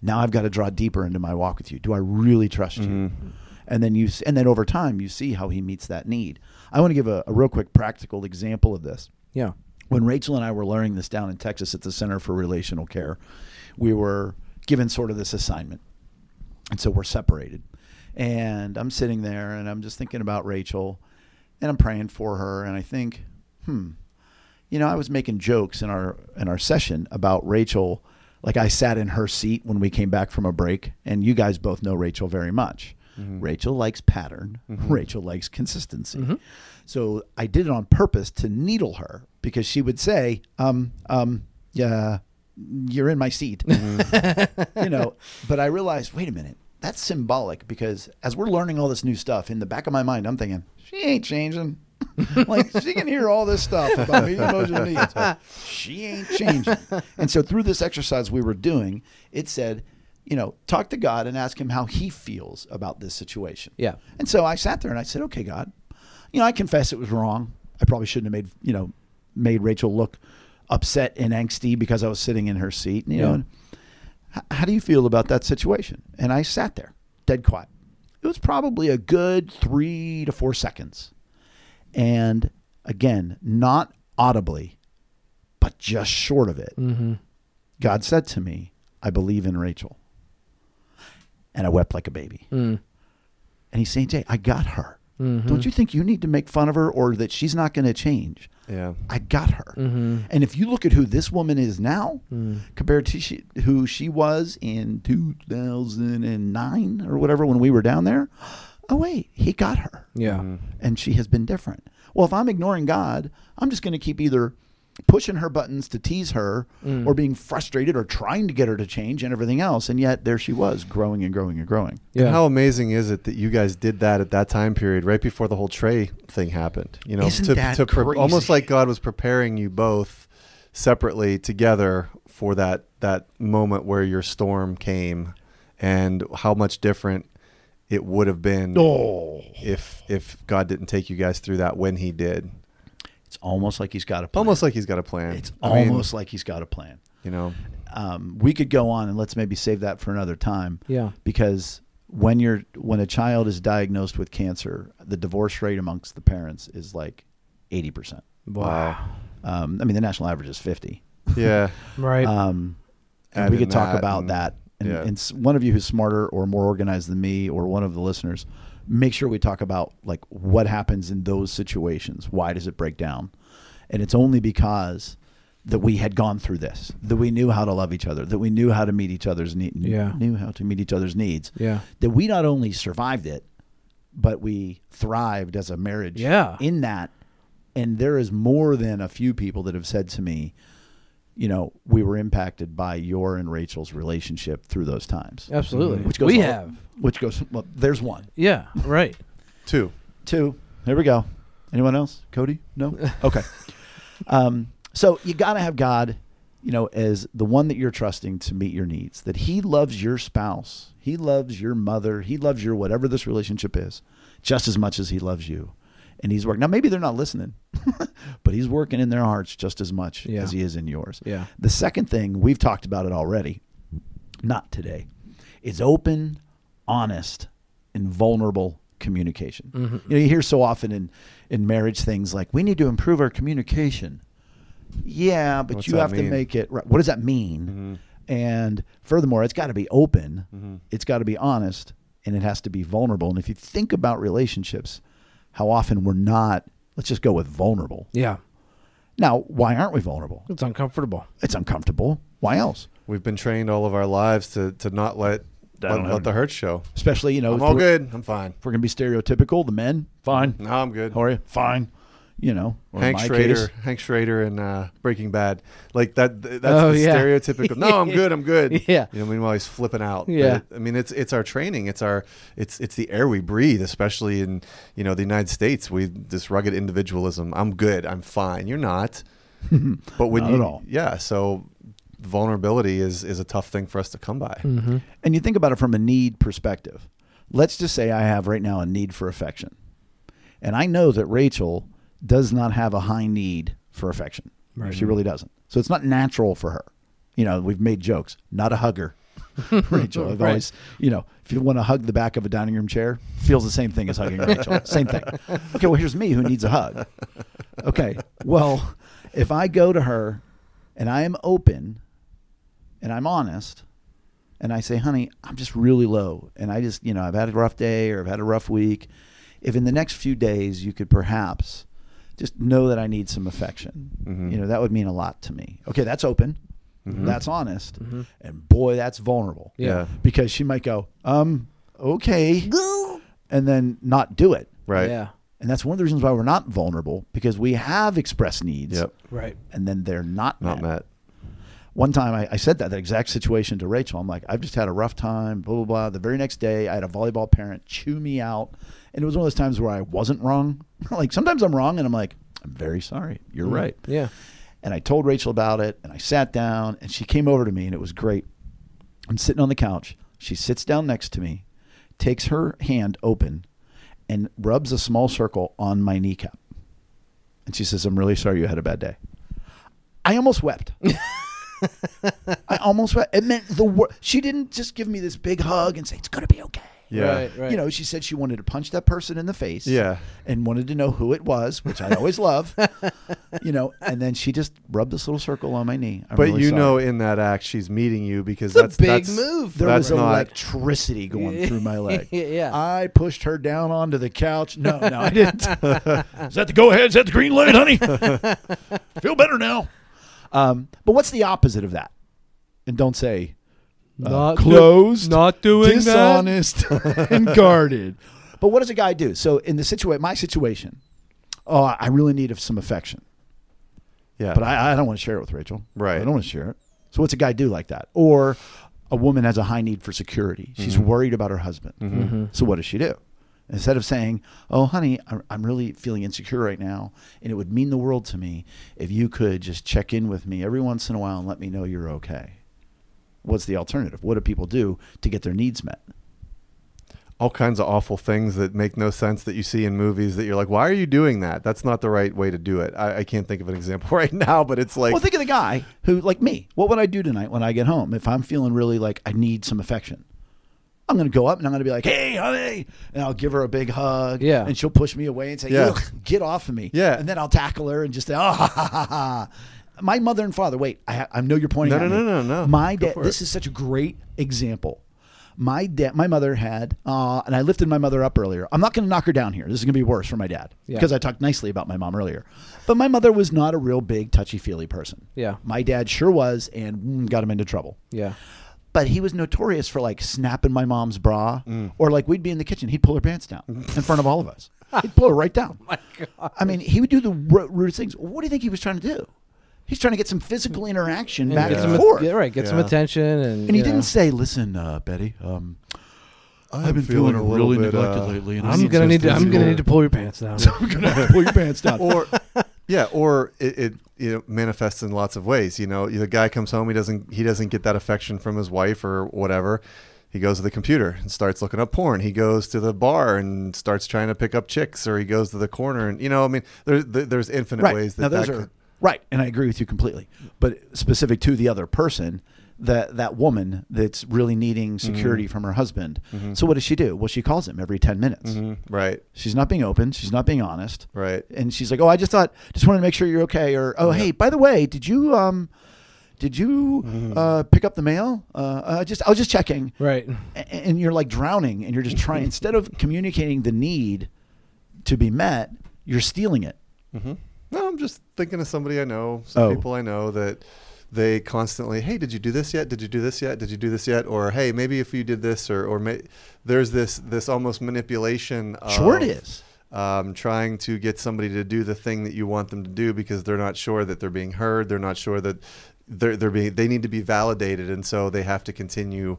Speaker 3: Now I've got to draw deeper into my walk with you. Do I really trust you? And then you s- and then over time you see how he meets that need. I want to give a, a real quick practical example of this
Speaker 2: yeah.
Speaker 3: when Rachel and I were learning this down in Texas at the Center for Relational Care, we were given sort of this assignment. And so we're separated. And I'm sitting there and I'm just thinking about Rachel and I'm praying for her. And I think, hmm, you know, I was making jokes in our in our session about Rachel. Like I sat in her seat when we came back from a break, and you guys both know Rachel very much. Rachel likes pattern. Rachel likes consistency. So I did it on purpose to needle her because she would say, um, um, yeah, you're in my seat. you know, but I realized, wait a minute, that's symbolic because as we're learning all this new stuff, in the back of my mind, I'm thinking, she ain't changing. like she can hear all this stuff about meeting emotional needs. She ain't changing. And so through this exercise we were doing, it said, you know, talk to God and ask him how he feels about this situation.
Speaker 2: Yeah.
Speaker 3: And so I sat there and I said, okay, God, you know, I confess it was wrong. I probably shouldn't have made, you know, made Rachel look upset and angsty because I was sitting in her seat. You know,
Speaker 2: Yeah.
Speaker 3: and h- how do you feel about that situation? And I sat there, dead quiet. It was probably a good three to four seconds. And again, not audibly, but just short of it.
Speaker 2: Mm-hmm.
Speaker 3: God said to me, I believe in Rachel. And I wept like a baby.
Speaker 2: Mm.
Speaker 3: And he's saying, Jay, I got her.
Speaker 2: Mm-hmm.
Speaker 3: Don't you think you need to make fun of her or that she's not going to change?
Speaker 1: Yeah.
Speaker 3: I got her.
Speaker 2: Mm-hmm.
Speaker 3: And if you look at who this woman is now compared to she, who she was in 2009 or whatever when we were down there, oh, wait, he got her
Speaker 2: Yeah.
Speaker 3: and she has been different. Well, if I'm ignoring God, I'm just going to keep either pushing her buttons to tease her or being frustrated or trying to get her to change and everything else. And yet there she was growing and growing and growing.
Speaker 2: Yeah.
Speaker 1: And how amazing is it that you guys did that at that time period, right before the whole tray thing happened? You know,
Speaker 3: Isn't
Speaker 1: to,
Speaker 3: that
Speaker 1: to pre-
Speaker 3: crazy?
Speaker 1: almost like God was preparing you both separately together for that that moment where your storm came, and how much different it would have been
Speaker 3: Oh,
Speaker 1: if if God didn't take you guys through that when He did.
Speaker 3: it's almost like he's got a plan.
Speaker 1: Almost like He's got a plan.
Speaker 3: it's
Speaker 1: I mean,
Speaker 3: almost like he's got a plan.
Speaker 1: you know.
Speaker 3: Um, we could go on and let's maybe save that for another time.
Speaker 2: Yeah.
Speaker 3: Because when you're when a child is diagnosed with cancer, the divorce rate amongst the parents is like eighty percent.
Speaker 1: Wow.
Speaker 3: Um, I mean, the national average is fifty.
Speaker 1: Yeah.
Speaker 2: Right.
Speaker 3: Um, and
Speaker 1: Add
Speaker 3: we
Speaker 1: in
Speaker 3: could talk
Speaker 1: that
Speaker 3: about
Speaker 1: and-
Speaker 3: that. And,
Speaker 1: yeah.
Speaker 3: and s- one of you who's smarter or more organized than me, or one of the listeners, make sure we talk about like what happens in those situations. Why does it break down? And it's only because that we had gone through this, that we knew how to love each other, that we knew how to meet each other's needs,
Speaker 2: Yeah.
Speaker 3: knew how to meet each other's needs.
Speaker 2: Yeah.
Speaker 3: That we not only survived it, but we thrived as a marriage.
Speaker 2: Yeah.
Speaker 3: In that, and there is more than a few people that have said to me, you know, we were impacted by your and Rachel's relationship through those times.
Speaker 2: Absolutely.
Speaker 3: Which goes
Speaker 2: we
Speaker 3: all-
Speaker 2: have.
Speaker 3: Which goes, well, there's one.
Speaker 2: Yeah. Right.
Speaker 1: Two.
Speaker 3: Two. Here we go. Anyone else? Cody? No? Okay. um, so you got to have God, you know, as the one that you're trusting to meet your needs, that He loves your spouse, He loves your mother, He loves your whatever this relationship is, just as much as He loves you. And He's working. Now, maybe they're not listening, but He's working in their hearts just as much
Speaker 2: Yeah.
Speaker 3: as He is in yours.
Speaker 2: Yeah.
Speaker 3: The second thing, we've talked about it already, not today, is open, honest, and vulnerable communication.
Speaker 1: Mm-hmm,
Speaker 3: You know, you hear so often in, in marriage things like, we need to improve our communication. Yeah, but
Speaker 1: What's
Speaker 3: you
Speaker 1: that
Speaker 3: have to
Speaker 1: mean? Mm-hmm.
Speaker 3: make it right. What does that mean? And furthermore, it's got to be open, it's got to be honest, and it has to be vulnerable. And if you think about relationships, how often we're not, let's just go with vulnerable.
Speaker 2: Yeah.
Speaker 3: Now, why aren't we vulnerable?
Speaker 2: It's uncomfortable.
Speaker 3: It's uncomfortable. Why else?
Speaker 1: We've been trained all of our lives to to not let let, let the hurt show.
Speaker 3: Especially, you know,
Speaker 1: I'm
Speaker 3: if
Speaker 1: all
Speaker 3: we're-
Speaker 1: good. I'm fine.
Speaker 3: if we're gonna be stereotypical, the men, fine.
Speaker 1: No, I'm good.
Speaker 3: How are you? Fine. You know, or in
Speaker 1: Hank
Speaker 3: my
Speaker 1: Schrader,
Speaker 3: case-
Speaker 1: Hank Schrader, and uh, Breaking Bad, like that. th- That's
Speaker 2: Oh,
Speaker 1: the
Speaker 2: yeah.
Speaker 1: stereotypical. No, I'm good. I'm good.
Speaker 2: Yeah.
Speaker 1: You know, meanwhile he's flipping out. But
Speaker 2: Yeah.
Speaker 1: it- I mean, it's it's our training. It's our it's it's the air we breathe, especially in you know the United States. We this rugged individualism. I'm good. I'm fine. You're not. but when
Speaker 3: Not
Speaker 1: you
Speaker 3: at all.
Speaker 1: yeah, so vulnerability is is a tough thing for us to come
Speaker 2: Hmm.
Speaker 1: by.
Speaker 2: Mm-hmm.
Speaker 3: and you think about it from a need perspective. Let's just say I have right now a need for affection, and I know that Rachel does not have a high need for affection. She really doesn't. So it's not natural for her. You know, we've made jokes. Not a hugger, Rachel. I've
Speaker 2: Right.
Speaker 3: always, you know, if you want to hug the back of a dining room chair, feels the same thing as hugging Rachel. Same thing. Okay, well here's me who needs a hug. Okay, well if I go to her and I am open and I'm honest and I say, honey, I'm just really low. And I just, you know, I've had a rough day or I've had a rough week. If in the next few days you could perhaps just know that I need some affection,
Speaker 1: Mm-hmm.
Speaker 3: you know, that would mean a lot to me. Okay, that's open. That's honest.
Speaker 1: Mm-hmm.
Speaker 3: And boy, that's vulnerable.
Speaker 2: Yeah.
Speaker 3: Because she might go, um, okay. And then not do it.
Speaker 1: Right.
Speaker 2: Yeah.
Speaker 3: And that's one of the reasons why we're not vulnerable because we have expressed needs.
Speaker 1: Yep.
Speaker 2: Right.
Speaker 3: And then they're not,
Speaker 1: Not
Speaker 3: met.
Speaker 1: Matt.
Speaker 3: One time I, I said that, that exact situation to Rachel. I'm like, I've just had a rough time, blah, blah, blah. The very next day, I had a volleyball parent chew me out. And it was one of those times where I wasn't wrong. like sometimes I'm wrong and I'm like, I'm very sorry. You're right.
Speaker 2: Yeah.
Speaker 3: And I told Rachel about it and I sat down and she came over to me and it was great. I'm sitting on the couch. She sits down next to me, takes her hand open, and rubs a small circle on my kneecap. And she says, I'm really sorry you had a bad day. I almost wept. I almost wept. It meant the world. She didn't just give me this big hug and say, It's going to be okay.
Speaker 1: Yeah.
Speaker 2: Right. Right.
Speaker 3: You know, she said she wanted to punch that person in the face.
Speaker 1: Yeah.
Speaker 3: And wanted to know who it was, which I always love. You know, and then she just rubbed this little circle on my knee. I'm
Speaker 1: But
Speaker 3: really
Speaker 1: you
Speaker 3: sorry.
Speaker 1: know, in that act, she's meeting you because
Speaker 2: It's a
Speaker 1: that's
Speaker 2: big
Speaker 1: that's,
Speaker 2: move.
Speaker 3: there
Speaker 1: that's
Speaker 3: was
Speaker 1: not.
Speaker 3: electricity going through my leg.
Speaker 2: Yeah.
Speaker 3: I pushed her down onto the couch. No, no, I didn't. Is that the go ahead? Is that the green light, honey? Feel better now. Um, but what's the opposite of that? And don't say uh,
Speaker 2: Not do-
Speaker 3: closed,
Speaker 2: not doing that?
Speaker 3: dishonest, and guarded. But what does a guy do? So in the situation, my situation, oh, I really need some affection,
Speaker 1: yeah.
Speaker 3: but I, I don't want to share it with Rachel.
Speaker 1: Right.
Speaker 3: I don't want to share it. So what's a guy do like that? Or a woman has a high need for security. She's worried about her husband. So what does she do? Instead of saying, "Oh, honey, I'm, I'm really feeling insecure right now, and it would mean the world to me if you could just check in with me every once in a while and let me know you're okay." What's the alternative? What do people do to get their needs met?
Speaker 1: all kinds of awful things that make no sense that you see in movies that you're like, why are you doing that? That's not the right way to do it. I, I can't think of an example right now, but it's like,
Speaker 3: well, think of the guy who, like me, what would I do tonight when I get home if I'm feeling really like I need some affection? I'm going to go up and I'm going to be like, hey, honey. And I'll give her a big hug.
Speaker 2: Yeah.
Speaker 3: And she'll push me away and say,
Speaker 1: Yeah.
Speaker 3: "Ugh, get off of me.
Speaker 1: Yeah.
Speaker 3: And then I'll tackle her and just say, oh, ha, ha, ha, ha. My mother and father, wait, I, ha- I know you're pointing
Speaker 1: No,
Speaker 3: at
Speaker 1: no,
Speaker 3: me.
Speaker 1: no, no, no.
Speaker 3: My
Speaker 1: Go
Speaker 3: dad,
Speaker 1: for
Speaker 3: this
Speaker 1: it.
Speaker 3: is such a great example. My dad, my mother had, uh, and I lifted my mother up earlier. I'm not going to knock her down here. This is going to be worse for my dad
Speaker 2: Yeah.
Speaker 3: because I talked nicely about my mom earlier. But my mother was not a real big touchy feely person.
Speaker 2: Yeah.
Speaker 3: My dad sure was and mm, got him into trouble.
Speaker 2: yeah.
Speaker 3: But he was notorious for like snapping my mom's bra
Speaker 2: Mm.
Speaker 3: or like we'd be in the kitchen. He'd pull her pants down in front of all of us. He'd pull her right down.
Speaker 2: Oh
Speaker 3: my God. I mean, he would do the ru- rudest things. What do you think he was trying to do? He's trying to get some physical interaction
Speaker 2: And
Speaker 3: back
Speaker 2: get
Speaker 3: and
Speaker 2: some,
Speaker 3: forth.
Speaker 2: yeah, right. Get some
Speaker 1: Yeah.
Speaker 2: attention, and
Speaker 3: And he
Speaker 2: you know.
Speaker 3: didn't say, "Listen, uh, Betty, um, I've
Speaker 1: am
Speaker 3: been feeling,
Speaker 1: feeling a little
Speaker 3: really
Speaker 1: bit,
Speaker 3: neglected
Speaker 1: uh,
Speaker 3: lately, and I
Speaker 2: I'm
Speaker 3: need
Speaker 2: gonna
Speaker 3: some
Speaker 2: need to. I'm gonna
Speaker 3: physical-
Speaker 2: need to pull your pants down.
Speaker 3: I'm gonna have to pull your pants down."
Speaker 1: or, yeah, or it, it, you know, manifests in lots of ways. You know, the guy comes home, he doesn't, he doesn't get that affection from his wife or whatever. He goes to the computer and starts looking up porn. He goes to the bar and starts trying to pick up chicks, or he goes to the corner and you know, I mean, there, there, there's infinite
Speaker 3: right.
Speaker 1: ways that
Speaker 3: now those
Speaker 1: that
Speaker 3: are
Speaker 1: could-
Speaker 3: right, and I agree with you completely. But specific to the other person, that that woman that's really needing
Speaker 1: Mm-hmm.
Speaker 3: security from her husband. So what does she do? Well, she calls him every ten minutes.
Speaker 1: Mhm. right,
Speaker 3: She's not being open. She's not being honest.
Speaker 1: right.
Speaker 3: And she's like, "Oh, I just thought, just wanted to make sure you're okay." Or, "Oh, hey, by the way, did you um, did you
Speaker 1: Mm-hmm.
Speaker 3: uh, pick up the mail? Uh, uh, just I was just checking."
Speaker 2: Right.
Speaker 3: a- and you're like drowning and you're just trying instead of communicating the need to be met you're stealing it
Speaker 1: Mm-hmm. No, I'm just thinking of somebody I know, some
Speaker 3: Oh.
Speaker 1: people I know that they constantly, hey, did you do this yet? Did you do this yet? Did you do this yet? Or hey, maybe if you did this, or or may, there's this this almost manipulation. Of,
Speaker 3: sure it is
Speaker 1: Um, trying to get somebody to do the thing that you want them to do because they're not sure that they're being heard. They're not sure that they're they're being they need to be validated, and so they have to continue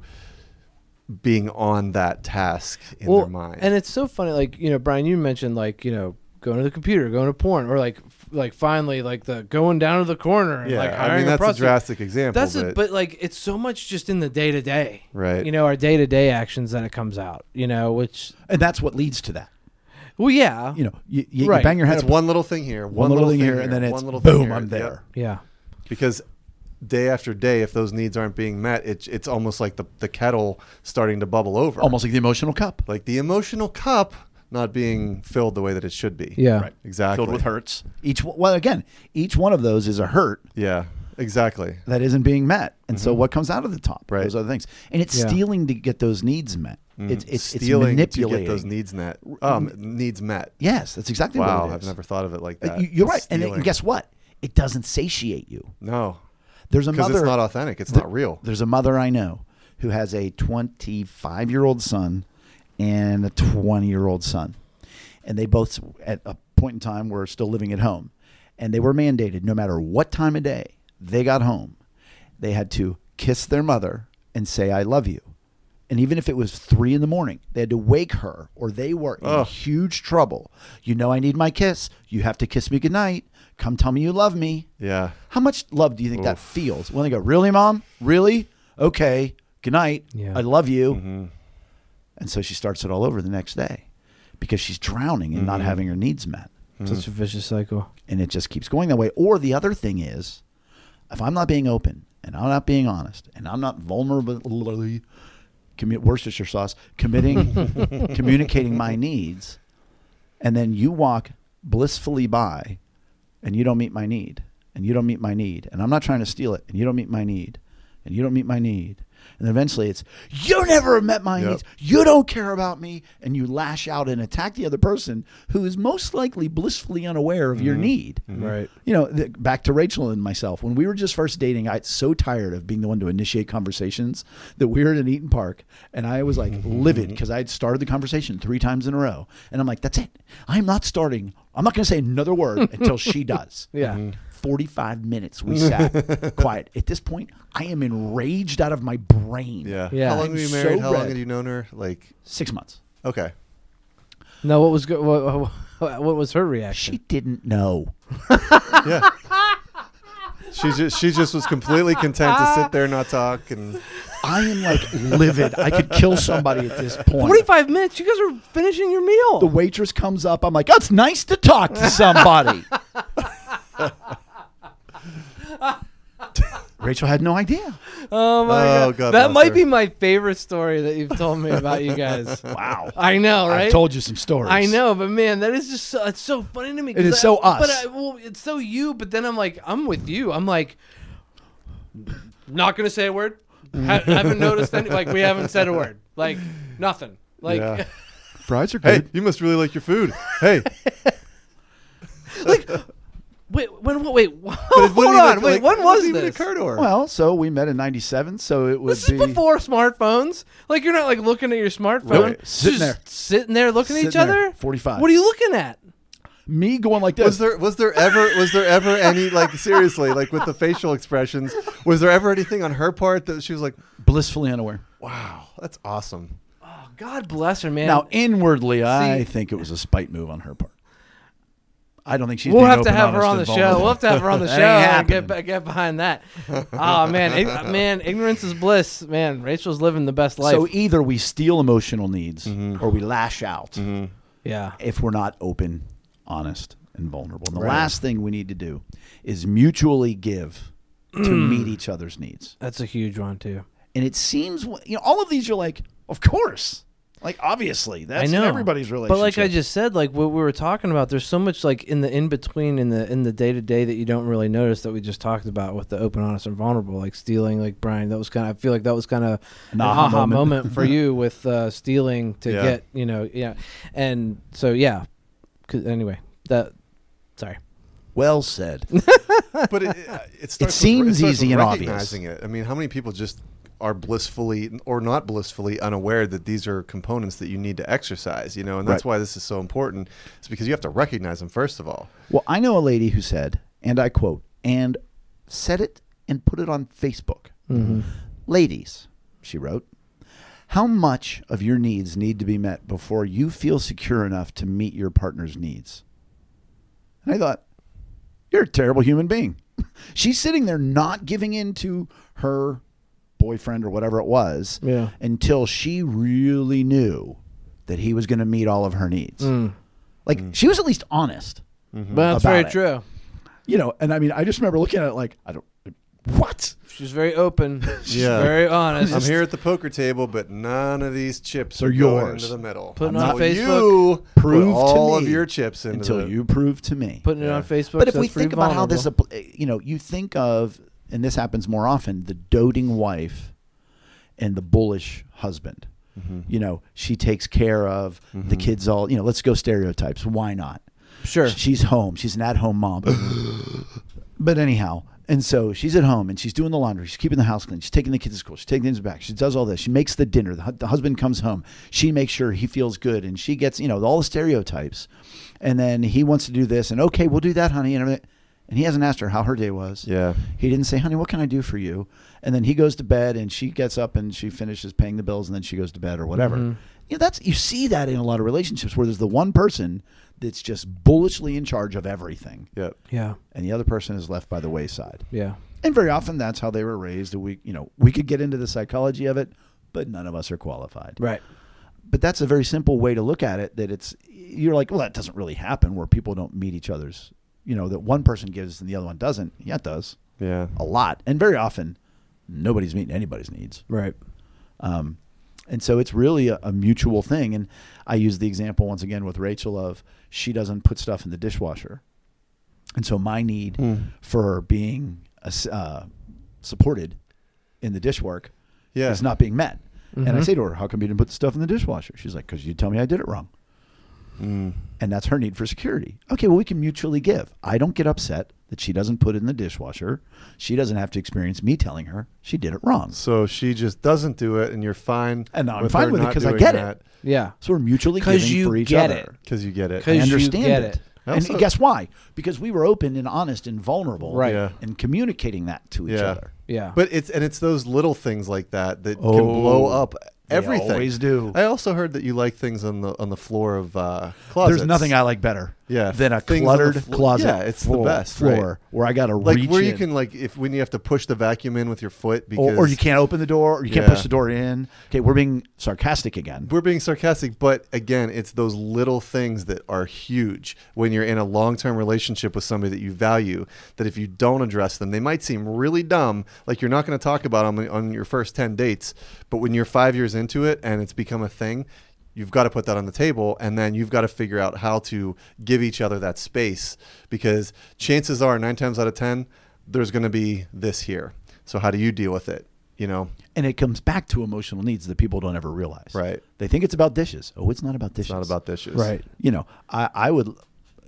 Speaker 1: being on that task in their mind.
Speaker 2: And it's so funny, like you know, Brian, you mentioned like you know going to the computer, going to porn, or like f- like finally like the going down to the corner. And,
Speaker 1: yeah,
Speaker 2: like,
Speaker 1: I mean
Speaker 2: hiring
Speaker 1: that's a
Speaker 2: prostitute.
Speaker 1: drastic example.
Speaker 2: That's it, but like it's so much just in the day to day,
Speaker 1: Right.
Speaker 2: You know, our day to day actions that it comes out. You know, which
Speaker 3: and that's what leads to that
Speaker 2: well, yeah,
Speaker 3: you know you, you, you
Speaker 2: Right.
Speaker 3: bang your head
Speaker 1: It's
Speaker 3: up-
Speaker 1: one little thing here,
Speaker 3: one little thing here and then it's
Speaker 1: one little thing
Speaker 3: boom
Speaker 1: here.
Speaker 3: i'm
Speaker 1: Yep.
Speaker 3: there
Speaker 2: yeah,
Speaker 1: Because day after day, if those needs aren't being met, it, it's almost like the, the kettle starting to bubble over.
Speaker 3: almost like the emotional cup
Speaker 1: Like the emotional cup not being filled the way that it should be.
Speaker 2: yeah,
Speaker 3: Right.
Speaker 1: Exactly.
Speaker 3: hurts each one- well again each one of those is a hurt
Speaker 1: Yeah. exactly.
Speaker 3: that isn't being met. And so what comes out of the top?
Speaker 1: Mm-hmm. Right. Mm-hmm.
Speaker 3: Those other things. And it's
Speaker 2: Yeah.
Speaker 3: stealing to get those needs met. It's it's
Speaker 1: Stealing
Speaker 3: it's
Speaker 1: to
Speaker 3: manipulating.
Speaker 1: get those needs met. Um, needs met.
Speaker 3: yes, that's exactly
Speaker 1: Wow,
Speaker 3: what it
Speaker 1: I've
Speaker 3: is.
Speaker 1: never thought of it like
Speaker 3: Uh,
Speaker 1: that.
Speaker 3: you- You're right. And,
Speaker 1: Stealing.
Speaker 3: and guess what? It doesn't satiate you.
Speaker 1: No,
Speaker 3: There's a
Speaker 1: because
Speaker 3: mother
Speaker 1: it's not authentic. It's not real.
Speaker 3: There's a mother I know who has a 25 year old son and a 20 year old son. And they both, at a point in time, were still living at home. And they were mandated no matter what time of day they got home, they had to kiss their mother and say, I love you. And even if it was three in the morning, they had to wake her or they were in
Speaker 1: Ugh.
Speaker 3: huge trouble. You know, I need my kiss. You have to kiss me goodnight. Come tell me you love me.
Speaker 1: Yeah.
Speaker 3: How much love do you think that feels when they go, "Really, mom? Really? Okay. Good night.
Speaker 2: Yeah.
Speaker 3: I love you." And so she starts it all over the next day because she's drowning in not having her needs met,
Speaker 1: Mm-hmm.
Speaker 2: Such a vicious cycle.
Speaker 3: and it just keeps going that way. Or the other thing is, if I'm not being open and I'm not being honest and I'm not vulnerably commu- Worcestershire sauce committing communicating my needs, and then you walk blissfully by and you don't meet my need and you don't meet my need and i'm not trying to steal it and you don't meet my need and you don't meet my need and eventually it's you never have met my
Speaker 1: Yep.
Speaker 3: needs you don't care about me and you lash out and attack the other person who is most likely blissfully unaware of your need
Speaker 2: Mm-hmm. Right.
Speaker 3: you know th- back to rachel and myself when we were just first dating i got so tired of being the one to initiate conversations that we were at an eaton park and i was like
Speaker 2: Mm-hmm.
Speaker 3: livid because i had started the conversation three times in a row and i'm like that's it i'm not starting i'm not going to say another word until she does
Speaker 2: Yeah.
Speaker 3: 45 minutes we sat quiet at this point i am enraged out of my brain
Speaker 1: Yeah.
Speaker 2: Yeah.
Speaker 1: How long
Speaker 3: I'm
Speaker 1: were you
Speaker 3: so
Speaker 1: married? How long
Speaker 3: red.
Speaker 1: had you known her? Like,
Speaker 3: six months
Speaker 1: okay.
Speaker 2: No, what was good? What, what, what was her reaction?
Speaker 3: she didn't know
Speaker 1: Yeah. she just she just was completely content to sit there and not talk and
Speaker 3: i am like livid i could kill somebody at this point
Speaker 2: Forty-five minutes. You guys are finishing your meal.
Speaker 3: the waitress comes up. I'm like, oh, it's nice to talk to somebody. Rachel had no idea.
Speaker 2: oh my
Speaker 1: Oh,
Speaker 2: god.
Speaker 1: God
Speaker 2: that
Speaker 1: bless
Speaker 2: might
Speaker 1: her.
Speaker 2: be my favorite story that you've told me about you guys.
Speaker 3: Wow.
Speaker 2: I know, right?
Speaker 3: I told you some stories.
Speaker 2: I know, but man, that is just so, it's so funny to me. 'cause
Speaker 3: is
Speaker 2: I-
Speaker 3: so us.
Speaker 2: But I, well, it's so you. But then I'm like, I'm with you. I'm like, not gonna say a word. Ha- haven't noticed any. Like we haven't said a word. Like nothing. Like
Speaker 1: Yeah.
Speaker 3: Fries are
Speaker 1: hey, you must really like your food. Hey,
Speaker 2: wait, when what? Wait, wait
Speaker 1: but it
Speaker 2: hold
Speaker 1: wouldn't
Speaker 2: on.
Speaker 1: even,
Speaker 2: wait,
Speaker 1: like,
Speaker 2: when
Speaker 1: it
Speaker 2: was
Speaker 1: wouldn't
Speaker 2: this?
Speaker 1: even occur to her?
Speaker 3: Well, so we met in 97, so it would
Speaker 2: This is
Speaker 3: be
Speaker 2: before smartphones. Like you're not like looking at your smartphone.
Speaker 1: Right.
Speaker 2: It's
Speaker 3: Sitting
Speaker 2: just
Speaker 3: there.
Speaker 2: sitting there looking at
Speaker 3: Sitting
Speaker 2: each
Speaker 3: there,
Speaker 2: other.
Speaker 3: 45.
Speaker 2: What are you looking at?
Speaker 3: me going like this.
Speaker 1: was there was there ever was there ever any like seriously like with the facial expressions was there ever anything on her part that she was like
Speaker 3: blissfully unaware.
Speaker 1: wow that's awesome
Speaker 2: Oh, God bless her, man.
Speaker 3: Now, inwardly, I
Speaker 2: See-
Speaker 3: think it was a spite move on her part. I don't think she's.
Speaker 2: We'll
Speaker 3: being
Speaker 2: have to
Speaker 3: open,
Speaker 2: have her
Speaker 3: honest,
Speaker 2: on the
Speaker 3: and
Speaker 2: show.
Speaker 3: vulnerable.
Speaker 2: We'll have to have her on the
Speaker 3: That
Speaker 2: show
Speaker 3: ain't
Speaker 2: and get,
Speaker 3: happening.
Speaker 2: be- get behind that. Oh man, ig- man, ignorance is bliss. Man, Rachel's living the best life. Mm-hmm.
Speaker 3: So e- either we steal emotional needs or we lash out.
Speaker 2: yeah,
Speaker 3: if we're not open, honest, and vulnerable. And the last thing we need to do is mutually give to
Speaker 2: Mm.
Speaker 3: meet each other's needs.
Speaker 2: that's a huge one too.
Speaker 3: And it seems, you know, all of these you're like, of course. Like, obviously, that's
Speaker 2: I
Speaker 3: in
Speaker 2: know
Speaker 3: everybody's relationship.
Speaker 2: But like I just said, like what we were talking about, there's so much like in the in between, in the in the day to day that you don't really notice that we just talked about with the open, honest, and vulnerable, like stealing. Like Brian, that was kind of. I feel like that was kind of an,
Speaker 3: aha
Speaker 2: aha,
Speaker 3: moment.
Speaker 2: moment. for you with uh, stealing to
Speaker 1: Yeah.
Speaker 2: get you know yeah, and so yeah. 'Cause- anyway, that sorry.
Speaker 3: well said.
Speaker 1: but it, it, it, starts with-
Speaker 3: seems
Speaker 1: starts
Speaker 3: easy
Speaker 1: with
Speaker 3: and obvious.
Speaker 1: recognizing it I mean how many people just are blissfully or not blissfully unaware that these are components that you need to exercise you know and that's
Speaker 3: Right.
Speaker 1: why this is so important it's because you have to recognize them first of all
Speaker 3: well, I know a lady who said, and I quote, and said it and put it on Facebook.
Speaker 2: Mm-hmm.
Speaker 3: Ladies, she wrote, how much of your needs need to be met before you feel secure enough to meet your partner's needs? And I thought, you're a terrible human being. She's sitting there not giving in to her boyfriend or whatever it was
Speaker 2: Yeah.
Speaker 3: until she really knew that he was going to meet all of her needs. Like, she was at least honest,
Speaker 2: But that's
Speaker 3: about
Speaker 2: very
Speaker 3: it.
Speaker 2: true.
Speaker 3: you know. And I mean, I just remember looking at it like, I don't, what?
Speaker 2: She's very open. She's
Speaker 1: Yeah.
Speaker 2: very honest.
Speaker 1: I'm here at the poker table, but none of these chips
Speaker 3: They're
Speaker 1: are going
Speaker 3: yours.
Speaker 1: into the middle.
Speaker 2: Putting
Speaker 1: Until
Speaker 2: on Facebook.
Speaker 1: you
Speaker 3: Prove
Speaker 1: put
Speaker 3: to
Speaker 1: all
Speaker 3: me
Speaker 1: of your chips into
Speaker 3: Until
Speaker 1: the,
Speaker 3: you prove to me.
Speaker 2: putting it on Facebook.
Speaker 3: But if
Speaker 2: so
Speaker 3: we
Speaker 2: it's pretty
Speaker 3: think about how this, eh,
Speaker 2: vulnerable.
Speaker 3: appl- you know, you think of and this happens more often, the doting wife and the bullish husband. You know, she takes care of the kids all, you know, let's go stereotypes. Why not?
Speaker 2: Sure.
Speaker 3: She's home. She's an at home mom. but anyhow, and so she's at home and she's doing the laundry. She's keeping the house clean. She's taking the kids to school. She's taking things back. She does all this. She makes the dinner. The, hu- the husband comes home. She makes sure he feels good and she gets, you know, all the stereotypes. And then he wants to do this and okay, we'll do that, honey. And, everything. and he hasn't asked her how her day was.
Speaker 1: Yeah.
Speaker 3: He didn't say, honey, what can I do for you? And then he goes to bed and she gets up and she finishes paying the bills and then she goes to bed or whatever. You know, that's you see that in a lot of relationships where there's the one person that's just bullishly in charge of everything
Speaker 1: Yep.
Speaker 2: Yeah.
Speaker 3: and the other person is left by the wayside.
Speaker 2: Yeah.
Speaker 3: And very often that's how they were raised. We you know, we could get into the psychology of it, but none of us are qualified.
Speaker 2: Right.
Speaker 3: But that's a very simple way to look at it that it's you're like, well, that doesn't really happen where people don't meet each other's you know, that one person gives and the other one doesn't. Yeah, it does
Speaker 1: Yeah.
Speaker 3: a lot, and very often nobody's meeting anybody's needs.
Speaker 2: Right.
Speaker 3: Um, and so it's really a, a mutual thing. And I use the example once again with Rachel of she doesn't put stuff in the dishwasher, and so my need for being a s- uh, supported in the dish work
Speaker 1: Yeah.
Speaker 3: is not being met. And I say to her, "How come you didn't put the stuff in the dishwasher?" She's like, "Because you tell me I did it wrong."
Speaker 1: Mm.
Speaker 3: and that's her need for security. Okay, well, we can mutually give. I don't get upset that she doesn't put it in the dishwasher. She doesn't have to experience me telling her she did it wrong.
Speaker 1: So she just doesn't do it, and you're fine.
Speaker 3: And I'm
Speaker 1: with
Speaker 3: fine
Speaker 1: her
Speaker 3: with it
Speaker 1: not
Speaker 3: 'cause I
Speaker 1: doing
Speaker 3: get it.
Speaker 1: that
Speaker 2: Yeah.
Speaker 3: So we're mutually
Speaker 2: 'Cause
Speaker 3: giving
Speaker 2: you
Speaker 3: for each
Speaker 2: get
Speaker 3: other.
Speaker 2: it.
Speaker 1: because you get it.
Speaker 2: 'Cause
Speaker 3: I
Speaker 2: you
Speaker 3: understand
Speaker 2: get
Speaker 3: it.
Speaker 2: it.
Speaker 1: I also-
Speaker 3: and guess why? Because we were open and honest and vulnerable,
Speaker 2: Right.
Speaker 1: Yeah.
Speaker 3: And communicating that to each
Speaker 1: Yeah.
Speaker 3: other.
Speaker 2: Yeah.
Speaker 1: But it's and it's those little things like that that can
Speaker 3: Oh,
Speaker 1: blow up
Speaker 3: they
Speaker 1: everything.
Speaker 3: always do.
Speaker 1: I also heard that you like things on the on the floor of uh, closets.
Speaker 3: There's nothing I like better,
Speaker 1: Yeah,
Speaker 3: than a
Speaker 1: things on the
Speaker 3: cluttered
Speaker 1: flo-
Speaker 3: closet.
Speaker 1: yeah, it's the
Speaker 3: floor,
Speaker 1: best, right?
Speaker 3: floor where I got to
Speaker 1: like
Speaker 3: reach
Speaker 1: where you
Speaker 3: in.
Speaker 1: can like if when you have to push the vacuum in with your foot
Speaker 3: or,
Speaker 1: because
Speaker 3: or you can't open the door, or you can't
Speaker 1: Yeah.
Speaker 3: push the door in. Okay, we're being sarcastic again.
Speaker 1: We're being sarcastic, but again, it's those little things that are huge when you're in a long term relationship with somebody that you value. That if you don't address them, they might seem really dumb. Like you're not going to talk about them on your first 10 dates, but when you're five years into it and it's become a thing, you've got to put that on the table. And then you've got to figure out how to give each other that space because chances are, nine times out of 10, there's going to be this here. So, how do you deal with it? You know,
Speaker 3: And it comes back to emotional needs that people don't ever realize.
Speaker 1: Right.
Speaker 3: They think it's about dishes. Oh, it's not about dishes.
Speaker 1: it's not about dishes.
Speaker 2: right.
Speaker 3: You know, I, I would,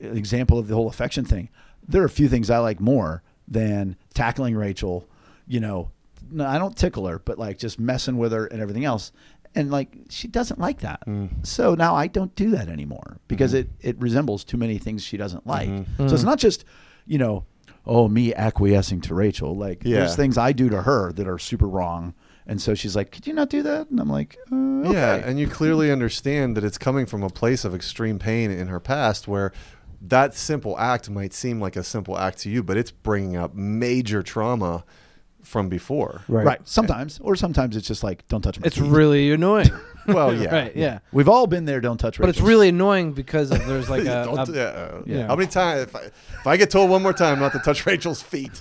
Speaker 3: an example of the whole affection thing, there are a few things I like more than tackling Rachel, you know, no, I don't tickle her, but like just messing with her and everything else. And like, she doesn't like that.
Speaker 1: Mm.
Speaker 3: So now I don't do that anymore because
Speaker 1: Mm-hmm.
Speaker 3: it, it resembles too many things she doesn't like. So it's not just, you know, oh, me acquiescing to Rachel. Like,
Speaker 1: Yeah.
Speaker 3: there's things I do to her that are super wrong. And so she's like, could you not do that? And I'm like, uh, okay.
Speaker 1: Yeah, and you clearly understand that it's coming from a place of extreme pain in her past where that simple act might seem like a simple act to you, but it's bringing up major trauma from before.
Speaker 2: Right.
Speaker 3: Right. Sometimes, or sometimes it's just like, don't touch my
Speaker 2: It's
Speaker 3: keys.
Speaker 2: really annoying.
Speaker 1: Well, yeah.
Speaker 2: right. Yeah.
Speaker 3: We've all been there. Don't touch.
Speaker 2: But it's
Speaker 3: Rachel's.
Speaker 2: really annoying because of there's like a,
Speaker 1: Don't,
Speaker 2: a-
Speaker 1: yeah. uh,
Speaker 2: Yeah.
Speaker 1: How many times if I, if I get told one more time not to touch Rachel's feet?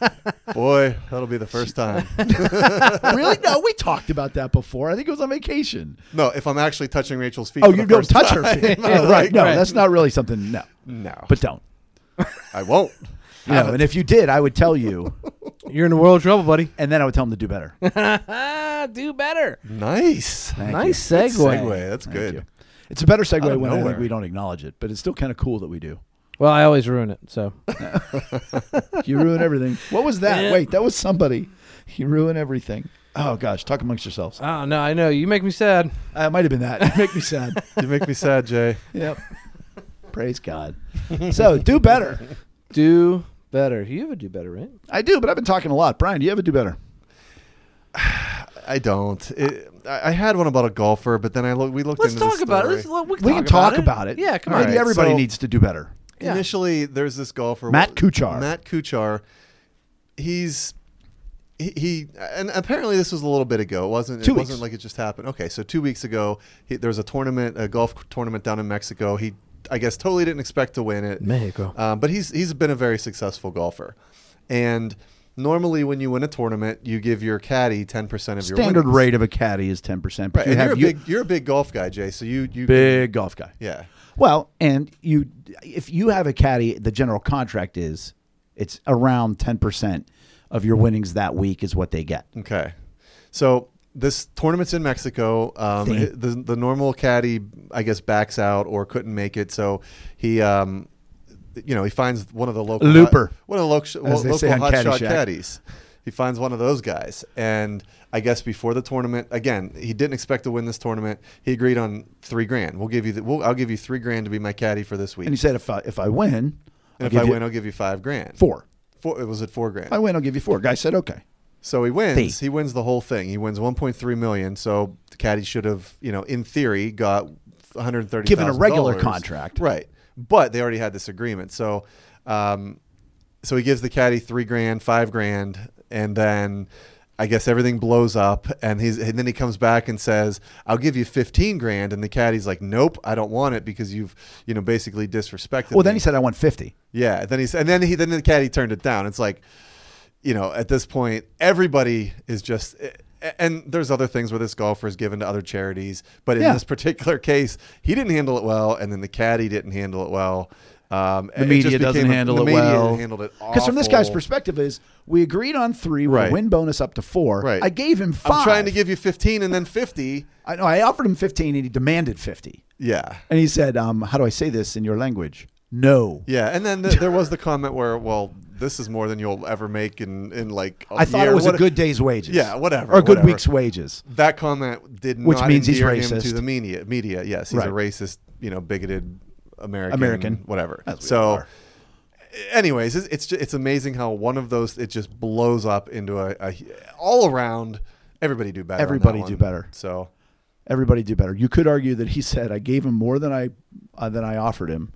Speaker 1: boy, that'll be the first time.
Speaker 3: really no. We talked about that before. I think it was on vacation.
Speaker 1: No, if I'm actually touching Rachel's feet.
Speaker 3: Oh,
Speaker 1: for the
Speaker 3: you don't
Speaker 1: first
Speaker 3: touch
Speaker 1: time.
Speaker 3: her. feet.
Speaker 2: Yeah,
Speaker 3: Oh, right. No,
Speaker 2: right.
Speaker 3: that's not really something. No,
Speaker 1: No,
Speaker 3: but don't.
Speaker 1: I won't.
Speaker 3: You know, and if you did, I would tell you,
Speaker 2: you're in a world of trouble, buddy.
Speaker 3: and then I would tell them to do better. Thank
Speaker 2: Do better.
Speaker 1: Nice
Speaker 3: you.
Speaker 2: nice
Speaker 1: Good
Speaker 2: segue.
Speaker 1: segue. That's
Speaker 3: Thank
Speaker 1: good.
Speaker 3: you. It's a better segue
Speaker 1: Out of
Speaker 3: when I think
Speaker 1: nowhere.
Speaker 3: we don't acknowledge it, but it's still kind of cool that we do.
Speaker 2: Well, I always ruin it. So
Speaker 3: You ruin everything. What was that?
Speaker 2: Yeah.
Speaker 3: Wait, that was somebody. You ruin everything. Oh gosh, talk amongst yourselves.
Speaker 2: oh no, I know you make me sad.
Speaker 3: Uh, it might have been that. You make me sad.
Speaker 1: You make me sad, Jay.
Speaker 3: Yep. Praise God. So do better.
Speaker 2: Do better. You have a do better, right?
Speaker 3: I do, but I've been talking a lot. Brian, do you ever do better?
Speaker 1: I don't. It, I I had one about a golfer, but then I look. We looked.
Speaker 2: Let's
Speaker 1: into the
Speaker 2: talk about it.
Speaker 1: story.
Speaker 2: Let's, we can
Speaker 3: We
Speaker 2: talk
Speaker 3: can talk
Speaker 2: about,
Speaker 3: about it.
Speaker 2: Yeah, come
Speaker 1: All
Speaker 2: on.
Speaker 3: Maybe
Speaker 1: right,
Speaker 3: everybody
Speaker 1: so-
Speaker 3: needs to do better.
Speaker 2: Yeah.
Speaker 1: Initially, there's this golfer,
Speaker 3: Matt Kuchar.
Speaker 1: Matt Kuchar. He's he, he and apparently this was a little bit ago. It wasn't.
Speaker 3: Two
Speaker 1: it
Speaker 3: weeks.
Speaker 1: wasn't like it just happened. Okay, so two weeks ago, he, there was a tournament, a golf tournament down in Mexico. He, I guess, totally didn't expect to win it.
Speaker 2: Mexico.
Speaker 1: Um, but he's he's been a very successful golfer, and normally when you win a tournament, you give your caddy ten percent of your
Speaker 3: Standard
Speaker 1: winnings.
Speaker 3: rate of a caddy is 10%. But
Speaker 1: Right,
Speaker 3: you
Speaker 1: and
Speaker 3: have
Speaker 1: you're a
Speaker 3: you-
Speaker 1: big you're a big golf guy, Jay. So you you
Speaker 3: big golf guy.
Speaker 1: yeah.
Speaker 3: Well, and you if you have a caddy, the general contract is it's around 10% of your winnings that week is what they get.
Speaker 1: Okay. So this tournament's in Mexico. Um,
Speaker 3: Thing.
Speaker 1: it- the, the normal caddy, I guess, backs out or couldn't make it. So he, um, you know, he finds one of the local
Speaker 3: Looper.
Speaker 1: one of the local, well,
Speaker 3: they
Speaker 1: local
Speaker 3: say on
Speaker 1: hotshot
Speaker 3: Caddyshack.
Speaker 1: caddies. He finds one of those guys, and I guess before the tournament, again, he didn't expect to win this tournament. He agreed on three grand. We'll give you, the, we'll, I'll give you three grand to be my caddy for this week.
Speaker 3: And he
Speaker 1: And,
Speaker 3: said, if I, if I win, I'll
Speaker 1: if
Speaker 3: give
Speaker 1: I
Speaker 3: you
Speaker 1: win, I'll give you five grand.
Speaker 3: four.
Speaker 1: Four, was it four grand?
Speaker 3: If I win, I'll give you four. Guy said, okay.
Speaker 1: So he wins.
Speaker 3: Fee.
Speaker 1: He wins the whole thing. He wins 1.3 million. So the caddy should have, you know, in theory, got 130.
Speaker 3: Given a regular contract.
Speaker 1: right? But they already had this agreement. So, um, so he gives the caddy three grand, five grand, and then I guess everything blows up. And he's and then he comes back and says, "I'll give you 15 grand," and the caddy's like, "Nope, I don't want it because you've, you know, basically disrespected."
Speaker 3: Well, then
Speaker 1: me."
Speaker 3: he said, I want 50.
Speaker 1: Yeah. Then he's and then he then the caddy turned it down. It's like, you know, at this point, everybody is just. eh, And there's other things where this golfer is given to other charities, but in
Speaker 3: Yeah.
Speaker 1: this particular case, he didn't handle it well, and then the caddy didn't handle it well. Um,
Speaker 3: The media doesn't handle
Speaker 1: the
Speaker 3: it
Speaker 1: media
Speaker 3: well.
Speaker 1: Handled it
Speaker 3: Because from this guy's
Speaker 1: awful.
Speaker 3: perspective is, we agreed on three. We'll
Speaker 1: Right.
Speaker 3: win bonus up to four.
Speaker 1: Right.
Speaker 3: I gave him
Speaker 1: I'm
Speaker 3: five.
Speaker 1: trying to give you 15 and then 50.
Speaker 3: I know. I offered him 15 and he demanded 50.
Speaker 1: Yeah,
Speaker 3: And he said, um, how do I say this in your language? No.
Speaker 1: yeah, and then th- there was the comment where, well, this is more than you'll ever make in in like. I
Speaker 3: I thought it was a good day's wages.
Speaker 1: Yeah, whatever,
Speaker 3: Or a good
Speaker 1: whatever.
Speaker 3: week's wages.
Speaker 1: That comment did
Speaker 3: Which
Speaker 1: not
Speaker 3: means he's
Speaker 1: endear him
Speaker 3: racist.
Speaker 1: to the media. Media, yes, he's a
Speaker 3: Right.
Speaker 1: racist, you know, bigoted American,
Speaker 3: American.
Speaker 1: whatever.
Speaker 3: As we
Speaker 1: so,
Speaker 3: all are.
Speaker 1: anyways, it's it's, just, it's amazing how one of those it just blows up into a, a all around. Everybody do better. on that
Speaker 3: Everybody do
Speaker 1: one.
Speaker 3: better.
Speaker 1: So
Speaker 3: Everybody do better. You could argue that he said, I gave him more than I uh, than I offered him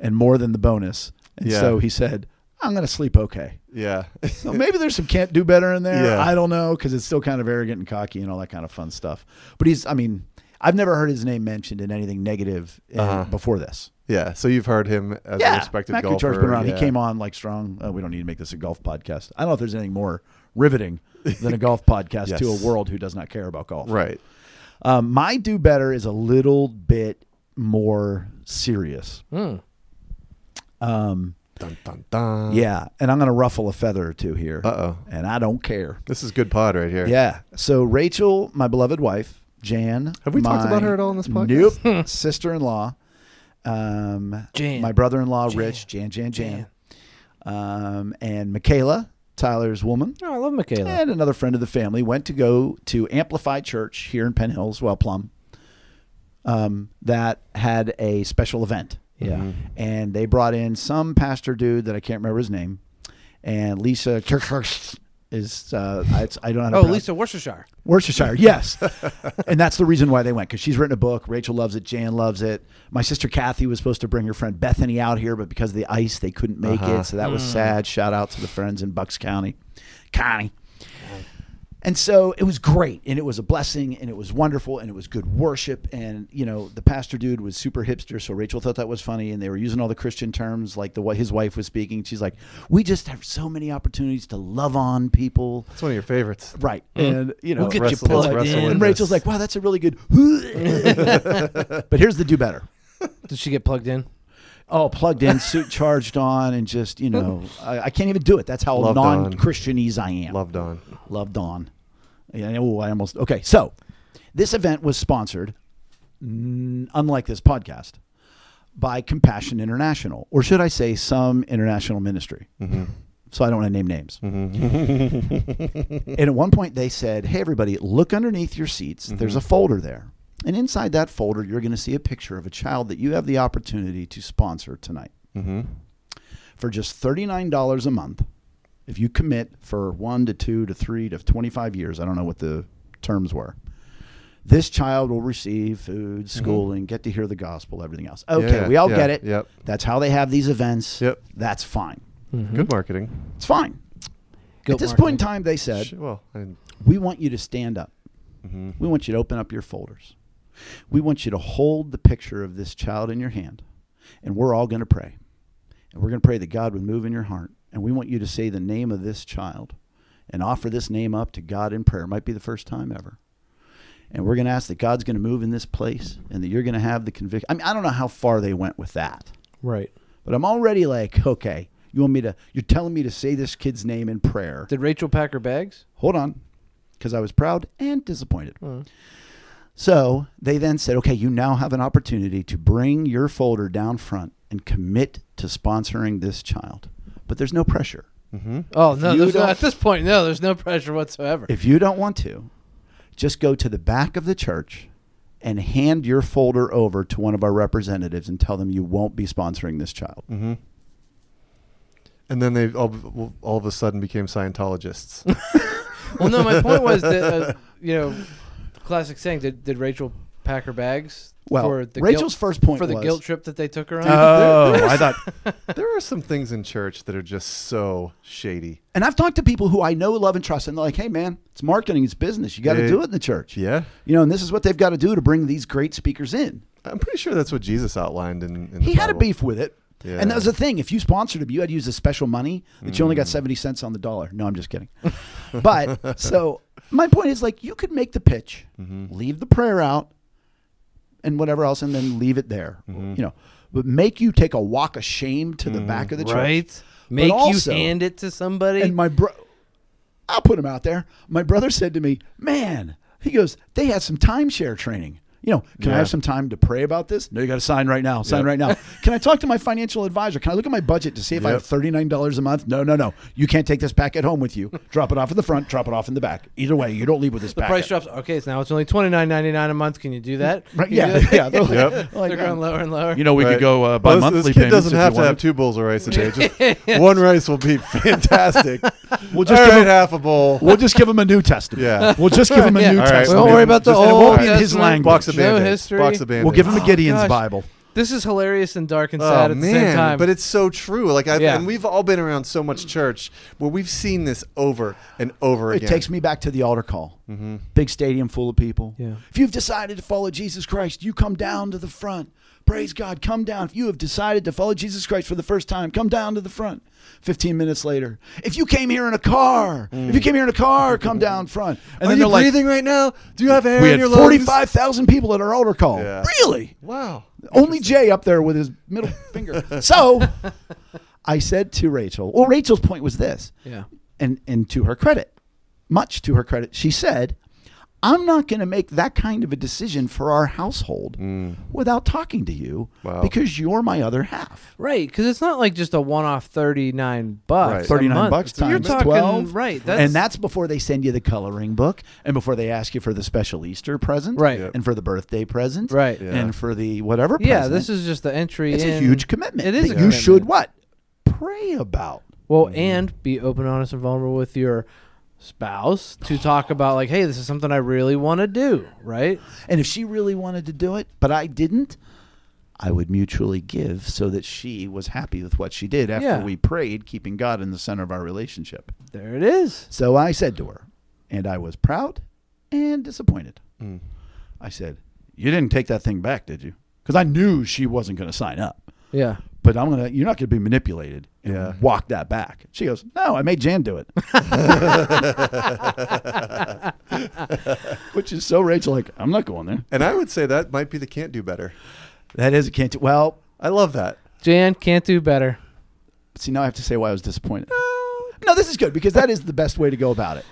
Speaker 3: and more than the bonus. And
Speaker 1: Yeah.
Speaker 3: so he said, I'm going to sleep okay.
Speaker 1: yeah,
Speaker 3: So maybe there's some can't do better in there.
Speaker 1: Yeah.
Speaker 3: I don't know because it's still kind of arrogant and cocky and all that kind of fun stuff. But he's, I mean, I've never heard his name mentioned in anything negative in,
Speaker 1: Uh-huh.
Speaker 3: before this.
Speaker 1: yeah. So you've heard him as a respected
Speaker 3: Matt
Speaker 1: golfer.
Speaker 3: Kuchar's been around.
Speaker 1: yeah.
Speaker 3: He came on like strong. Uh, we don't need to make this a golf podcast. I don't know if there's anything more riveting than a golf podcast to a
Speaker 1: Yes.
Speaker 3: world who does not care about golf.
Speaker 1: right.
Speaker 3: Um, my do better is a little bit more serious.
Speaker 2: Hmm.
Speaker 3: Um,
Speaker 1: Dun dun dun.
Speaker 3: yeah, and I'm going to ruffle a feather or two here,
Speaker 1: Mm-hmm. Uh oh.
Speaker 3: and I don't care.
Speaker 1: This is good pod right here.
Speaker 3: Yeah. So Rachel, my beloved wife, Jan.
Speaker 1: Have we talked
Speaker 3: my-
Speaker 1: about her at all in this podcast? Hmm.
Speaker 3: Nope. Sister-in-law, um,
Speaker 2: Jan.
Speaker 3: my brother-in-law,
Speaker 2: Jan.
Speaker 3: Rich, Jan, Jan, Jan, um, and Michaela, Tyler's woman,
Speaker 2: Oh, I love Michaela.
Speaker 3: and another friend of the family went to go to Amplify Church here in Penn Hills, well, Plum, um, that had a special event.
Speaker 2: Yeah.
Speaker 3: Mm-hmm.
Speaker 1: Mhm.
Speaker 3: And they brought in some pastor dude that I can't remember his name, and Lisa Kirkhurst is uh, I, I don't know. How to
Speaker 2: Oh,
Speaker 3: pronounce-
Speaker 2: Lisa Worcestershire.
Speaker 3: Worcestershire, yes. and that's the reason why they went because she's written a book. Rachel loves it. Jan loves it. My sister Kathy was supposed to bring her friend Bethany out here, but because of the ice, they couldn't make
Speaker 1: Uh-huh.
Speaker 3: it. So that was sad. Shout out to the friends in Bucks County, County. And so it was great and it was a blessing and it was wonderful and it was good worship. And, you know, the pastor dude was super hipster. So Rachel thought that was funny. And they were using all the Christian terms like the what his wife was speaking. She's like, we just have so many opportunities to love on people.
Speaker 1: It's one of your favorites.
Speaker 3: Right. And you know,
Speaker 2: We'll get you
Speaker 1: wrestle-
Speaker 2: plugged
Speaker 1: wrestle
Speaker 2: in.
Speaker 1: with
Speaker 3: and
Speaker 1: this.
Speaker 3: Rachel's like, wow, that's a really good. but here's the do better.
Speaker 2: Did she get plugged in?
Speaker 3: Oh, plugged in, suit charged on, and just you know, I, I can't even do it. That's how
Speaker 1: Loved on.
Speaker 3: non-Christianese I am.
Speaker 1: loved on.
Speaker 3: Loved on. Yeah, oh, I almost okay. So, this event was sponsored, n- unlike this podcast, by Compassion International, or should I say, some international ministry.
Speaker 1: Mm-hmm.
Speaker 3: So I don't want to name names. and at one point, they said, "Hey, everybody, look underneath your seats.
Speaker 1: Mm-hmm.
Speaker 3: There's a folder there, and inside that folder, you're going to see a picture of a child that you have the opportunity to sponsor tonight."
Speaker 1: Mm-hmm.
Speaker 3: for just $39 a month if you commit for one to two to three to 25 years i don't know what the terms were this child will receive food schooling get to hear the gospel everything else okay
Speaker 1: Mm-hmm. Yeah,
Speaker 3: we all
Speaker 1: yeah,
Speaker 3: get it Mm-hmm.
Speaker 1: yep.
Speaker 3: that's how they have these events
Speaker 1: Yep.
Speaker 3: that's fine Mm-hmm.
Speaker 1: Good marketing.
Speaker 3: it's fine
Speaker 2: Goat
Speaker 3: at this
Speaker 2: marketing.
Speaker 3: point in time they said
Speaker 1: Sh- Well, I didn't.
Speaker 3: we want you to stand up
Speaker 1: mhm.
Speaker 3: we want you to open up your folders we want you to hold the picture of this child in your hand and we're all going to pray and we're going to pray that God would move in your heart. And we want you to say the name of this child and offer this name up to God in prayer. Might be the first time ever. And we're going to ask that God's going to move in this place and that you're going to have the conviction. I mean, I don't know how far they went with that,
Speaker 2: Right.
Speaker 3: but I'm already like, okay, You want me to? You're telling me to say this kid's name in prayer.
Speaker 2: Did Rachel pack her bags?
Speaker 3: Hold on, because I was proud and disappointed.
Speaker 2: Uh,
Speaker 3: So they then said, okay, you now have an opportunity to bring your folder down front and commit to sponsoring this child. But there's no pressure.
Speaker 1: mm-hmm,
Speaker 2: Oh no,
Speaker 3: you
Speaker 2: there's no,
Speaker 3: don't-
Speaker 2: at this point, no, there's no pressure whatsoever.
Speaker 3: If you don't want to, just go to the back of the church and hand your folder over to one of our representatives and tell them you won't be sponsoring this child.
Speaker 1: mm-hmm. And then they all, all of a sudden became Scientologists.
Speaker 2: well, no, my point was that uh, you know, classic saying. Did, did Rachel pack her bags?
Speaker 3: Well,
Speaker 2: for the
Speaker 3: Rachel's
Speaker 2: guilt,
Speaker 3: first point
Speaker 2: for the
Speaker 3: was-
Speaker 2: guilt trip that they took her on. Uh,
Speaker 3: Oh, I thought.
Speaker 1: there are some things in church that are just so shady.
Speaker 3: And I've talked to people who I know, love, and trust, and they're like, hey, man, it's marketing, it's business. You got to
Speaker 1: Yeah.
Speaker 3: do it in the church.
Speaker 1: Yeah.
Speaker 3: You know, and this is what they've got to do to bring these great speakers in.
Speaker 1: I'm pretty sure that's what Jesus outlined in, in the
Speaker 3: He had a
Speaker 1: Bible.
Speaker 3: beef with it.
Speaker 1: Yeah.
Speaker 3: And that was the thing. If you sponsored him, you had to use the special money that you only got 70 cents on the dollar. No, I'm just kidding. but so my point is like, you could make the pitch, leave the prayer out and whatever else, and then leave it there, you know, but make you take a walk of shame to the back of the church.
Speaker 2: right. Make
Speaker 3: also-
Speaker 2: you hand it to somebody.
Speaker 3: And my bro, I'll put him out there. My brother said to me, "Man," he goes, "They had some timeshare training. You know, can I
Speaker 1: Yeah.
Speaker 3: have some time to pray about this? No, you got to sign right now. Sign right now. can I talk to my financial advisor? Can I look at my budget to see if I
Speaker 1: Yep.
Speaker 3: have thirty nine dollars a month? No, no, no. You can't take this packet home with you. drop it off in the front. Drop it off in the back. Either way, you don't leave with this packet.
Speaker 2: price drops. Okay, so now it's only twenty nine ninety nine a month. Can you do that?
Speaker 3: Right?
Speaker 2: Can you do
Speaker 3: Yeah,
Speaker 2: that?
Speaker 3: yeah. They're like-
Speaker 1: Yep.
Speaker 3: like,
Speaker 2: They're going
Speaker 3: um,
Speaker 2: lower and lower.
Speaker 4: You know, we
Speaker 1: Right.
Speaker 4: could go uh,
Speaker 1: Well,
Speaker 4: by
Speaker 1: this-
Speaker 4: monthly
Speaker 1: This kid
Speaker 4: payments.
Speaker 1: doesn't
Speaker 4: if
Speaker 1: have
Speaker 4: you
Speaker 1: to have
Speaker 4: wanted.
Speaker 1: two bowls of rice a day. Just one rice will be fantastic.
Speaker 3: We'll
Speaker 1: All
Speaker 3: just give
Speaker 1: right,
Speaker 3: him,
Speaker 1: half a bowl.
Speaker 3: we'll just give him a New Testament.
Speaker 1: Yeah.
Speaker 3: We'll just give him a
Speaker 2: Yeah.
Speaker 3: New
Speaker 2: All
Speaker 1: right.
Speaker 3: Testament.
Speaker 1: Well,
Speaker 2: don't worry about the
Speaker 3: And it
Speaker 2: Old
Speaker 3: won't be in his
Speaker 2: Testament.
Speaker 3: language.
Speaker 1: Box of
Speaker 2: No
Speaker 1: Band-Aids.
Speaker 2: history.
Speaker 1: Box of Band-Aids.
Speaker 3: We'll give him a Gideon's
Speaker 2: gosh.
Speaker 3: Bible.
Speaker 2: this is hilarious and dark and
Speaker 1: Oh
Speaker 2: sad at the same
Speaker 1: man,
Speaker 2: time.
Speaker 1: but it's so true. Like I
Speaker 2: Yeah.
Speaker 1: and we've all been around so much church where we've seen this over and over
Speaker 3: It
Speaker 1: again.
Speaker 3: takes me back to the altar call. Big stadium full of people.
Speaker 2: Yeah.
Speaker 3: If you've decided to follow Jesus Christ, you come down to the front. Praise God, come down. If you have decided to follow Jesus Christ for the first time, come down to the front. 15 minutes later. If you came here in a car, if you came here in a car, come down front. And
Speaker 1: Are
Speaker 3: then
Speaker 1: you
Speaker 3: they're like,
Speaker 1: breathing right now? Do you have air
Speaker 4: We
Speaker 1: in
Speaker 4: had
Speaker 1: your lungs?
Speaker 3: 45,000 people at our altar call.
Speaker 1: Yeah.
Speaker 3: Really?
Speaker 1: Wow.
Speaker 3: Only Jay up there with his middle finger. So I said to Rachel, well, Rachel's point was this
Speaker 2: yeah.
Speaker 3: and and to her credit, much to her credit, she said, "I'm not going to make that kind of a decision for our household
Speaker 2: Hmm.
Speaker 3: without talking to you
Speaker 1: Wow.
Speaker 3: because you're my other half."
Speaker 2: Right, because it's not like just a one-off thirty-nine bucks.
Speaker 1: Right.
Speaker 2: a
Speaker 3: 39
Speaker 2: month.
Speaker 3: bucks
Speaker 2: You're
Speaker 3: times
Speaker 2: talking,
Speaker 3: 12.
Speaker 2: right?
Speaker 3: and that's before they send you the coloring book and before they ask you for the special Easter present
Speaker 2: Right. Yep.
Speaker 3: and for the birthday present
Speaker 2: Right. Yeah.
Speaker 3: and for the whatever
Speaker 2: yeah.
Speaker 3: present.
Speaker 2: This is just the entry.
Speaker 3: it's a
Speaker 2: in-
Speaker 3: huge commitment.
Speaker 2: It is.
Speaker 3: that
Speaker 2: a
Speaker 3: you
Speaker 2: commitment.
Speaker 3: should what? Pray about.
Speaker 2: Well, and be open, honest, and vulnerable with your spouse to talk about like, hey, this is something I really want to do. Right.
Speaker 3: And if she really wanted to do it, but I didn't, I would mutually give so that she was happy with what she did after
Speaker 2: Yeah.
Speaker 3: we prayed, keeping God in the center of our relationship.
Speaker 2: There it is.
Speaker 3: So I said to her, and I was proud and disappointed. I said, You didn't take that thing back, did you? Because I knew she wasn't going to sign up.
Speaker 2: Yeah.
Speaker 3: But I'm gonna. You're not gonna be manipulated and
Speaker 1: Yeah.
Speaker 3: walk that back. She goes, no, I made Jan do it, which is so Rachel. Like, I'm not going there.
Speaker 1: And I would say that might be the can't do better.
Speaker 3: That is a can't. do- Well,
Speaker 1: I love that.
Speaker 2: Jan can't do better.
Speaker 3: See, now I have to say why I was disappointed. No, this is good because that is the best way to go about it.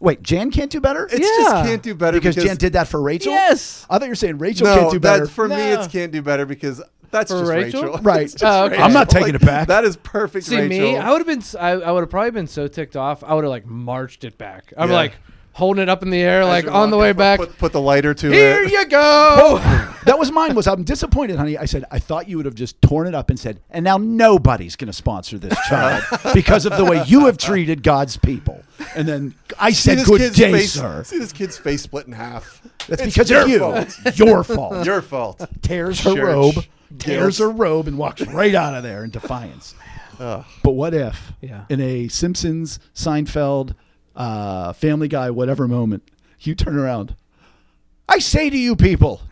Speaker 3: Wait, Jan can't do better?
Speaker 1: It's
Speaker 2: Yeah.
Speaker 1: just can't do better
Speaker 3: because,
Speaker 1: because,
Speaker 3: Jan did that for Rachel?
Speaker 2: Yes.
Speaker 3: I thought you were saying Rachel
Speaker 1: No,
Speaker 3: can't do better.
Speaker 1: That, for me,
Speaker 2: No.
Speaker 1: it's can't do better because that's
Speaker 2: For
Speaker 1: just
Speaker 2: Rachel?
Speaker 1: Rachel.
Speaker 3: Right.
Speaker 1: It's just
Speaker 2: Oh, okay.
Speaker 1: Rachel.
Speaker 2: I'm
Speaker 3: not taking it back.
Speaker 1: That is perfect.
Speaker 2: See
Speaker 1: Rachel.
Speaker 2: me, I would have been. s- I, would have probably been so ticked off. I would have like marched it back. I'm
Speaker 1: Yeah.
Speaker 2: like holding it up in the air,
Speaker 1: As
Speaker 2: like
Speaker 1: you're
Speaker 2: on the
Speaker 1: walking,
Speaker 2: way back.
Speaker 1: Put, put the lighter to
Speaker 2: Here
Speaker 1: it.
Speaker 2: you go.
Speaker 3: Oh, that was mine was I'm disappointed, honey. I said, I thought you would have just torn it up and said, and now nobody's going to sponsor this child because of the way you have treated God's people. And then I
Speaker 1: See
Speaker 3: said,
Speaker 1: this
Speaker 3: good
Speaker 1: kid's
Speaker 3: day,
Speaker 1: face.
Speaker 3: sir.
Speaker 1: See this kid's face split in half.
Speaker 3: That's
Speaker 1: It's
Speaker 3: because
Speaker 1: your
Speaker 3: of you.
Speaker 1: Fault.
Speaker 3: It's your fault.
Speaker 1: Your fault.
Speaker 3: tears her
Speaker 1: Church.
Speaker 3: robe, tears
Speaker 1: Guilt.
Speaker 3: her robe, and walks right out of there in defiance. But what if,
Speaker 2: Yeah.
Speaker 3: in a Simpsons, Seinfeld, uh, Family Guy, whatever moment, you turn around? I say to you people,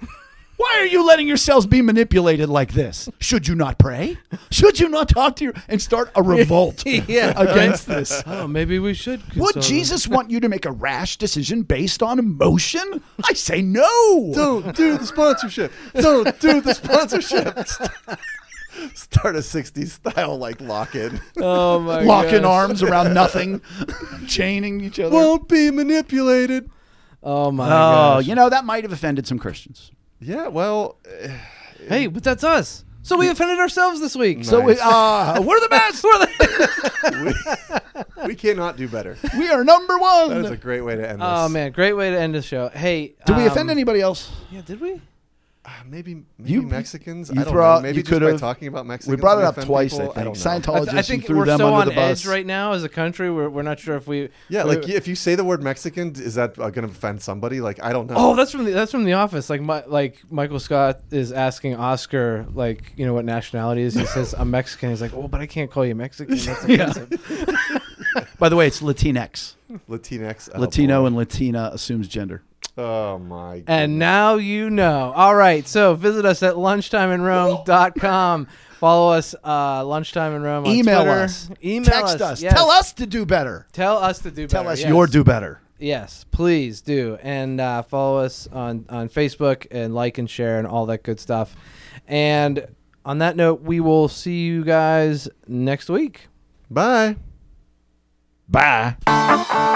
Speaker 3: why are you letting yourselves be manipulated like this? Should you not pray? Should you not talk to your and start a revolt
Speaker 2: Yeah,
Speaker 3: against this?
Speaker 2: Oh, maybe we should. consult
Speaker 3: Would
Speaker 2: him.
Speaker 3: Jesus want you to make a rash decision based on emotion? I say no.
Speaker 1: Don't do the sponsorship. Don't do the sponsorship. Start a 60s style like lock in.
Speaker 2: Oh my
Speaker 3: Locking
Speaker 2: gosh.
Speaker 3: arms around nothing, chaining each other.
Speaker 1: Won't be manipulated.
Speaker 2: Oh my
Speaker 3: oh,
Speaker 2: gosh.
Speaker 3: you know that might have offended some Christians.
Speaker 1: Yeah, well, eh,
Speaker 2: Hey, but that's us. So we offended ourselves this week.
Speaker 3: So we,
Speaker 1: Nice.
Speaker 3: uh, we're the best.
Speaker 2: We're the-
Speaker 1: we cannot do better.
Speaker 3: we are number one.
Speaker 1: That is a great way to end this.
Speaker 2: oh man, great way to end the show. Hey,
Speaker 3: Did we
Speaker 2: um,
Speaker 3: offend anybody else?
Speaker 2: Yeah, did we?
Speaker 1: Ah, maybe maybe
Speaker 3: You-
Speaker 1: Mexicans.
Speaker 3: you
Speaker 1: I don't
Speaker 3: throw
Speaker 1: know.
Speaker 3: out-
Speaker 1: Maybe
Speaker 3: you
Speaker 1: just by
Speaker 3: could've-
Speaker 1: talking about Mexicans.
Speaker 3: We brought it up
Speaker 1: offend
Speaker 3: twice,
Speaker 1: people.
Speaker 3: I
Speaker 1: don't
Speaker 3: think.
Speaker 1: know.
Speaker 2: I,
Speaker 3: Scientologists,
Speaker 2: th- I think
Speaker 3: you threw
Speaker 2: we're
Speaker 3: them
Speaker 2: so
Speaker 3: under
Speaker 2: on
Speaker 3: the bus.
Speaker 2: edge right now as a country. We're, we're not sure if we.
Speaker 1: Yeah,
Speaker 2: we-
Speaker 1: like if you say the word Mexican, is that uh, going to offend somebody? Like I don't know.
Speaker 2: Oh, that's from the that's from the office. Like my, like Michael Scott is asking Oscar, like you know what nationality is. He says I'm Mexican. He's like, oh, but I can't call you Mexican. That's offensive.
Speaker 3: By the way, it's Latinx.
Speaker 1: Latinx, oh,
Speaker 3: Latino
Speaker 1: boy.
Speaker 3: and Latina assumes gender.
Speaker 1: Oh my.
Speaker 2: And now you know. All right. So visit us at lunchtimeinrome.com. Follow us, uh, Lunchtime in Rome. On
Speaker 3: Email
Speaker 2: Twitter.
Speaker 3: us.
Speaker 2: Email
Speaker 3: Text us.
Speaker 2: yes.
Speaker 3: Tell us to do better.
Speaker 2: Tell us to do better.
Speaker 3: Tell us
Speaker 2: yes.
Speaker 3: your do better.
Speaker 2: Yes, please do. And uh, follow us on, on Facebook and like and share and all that good stuff. And on that note, we will see you guys next week.
Speaker 1: Bye.
Speaker 3: Bye.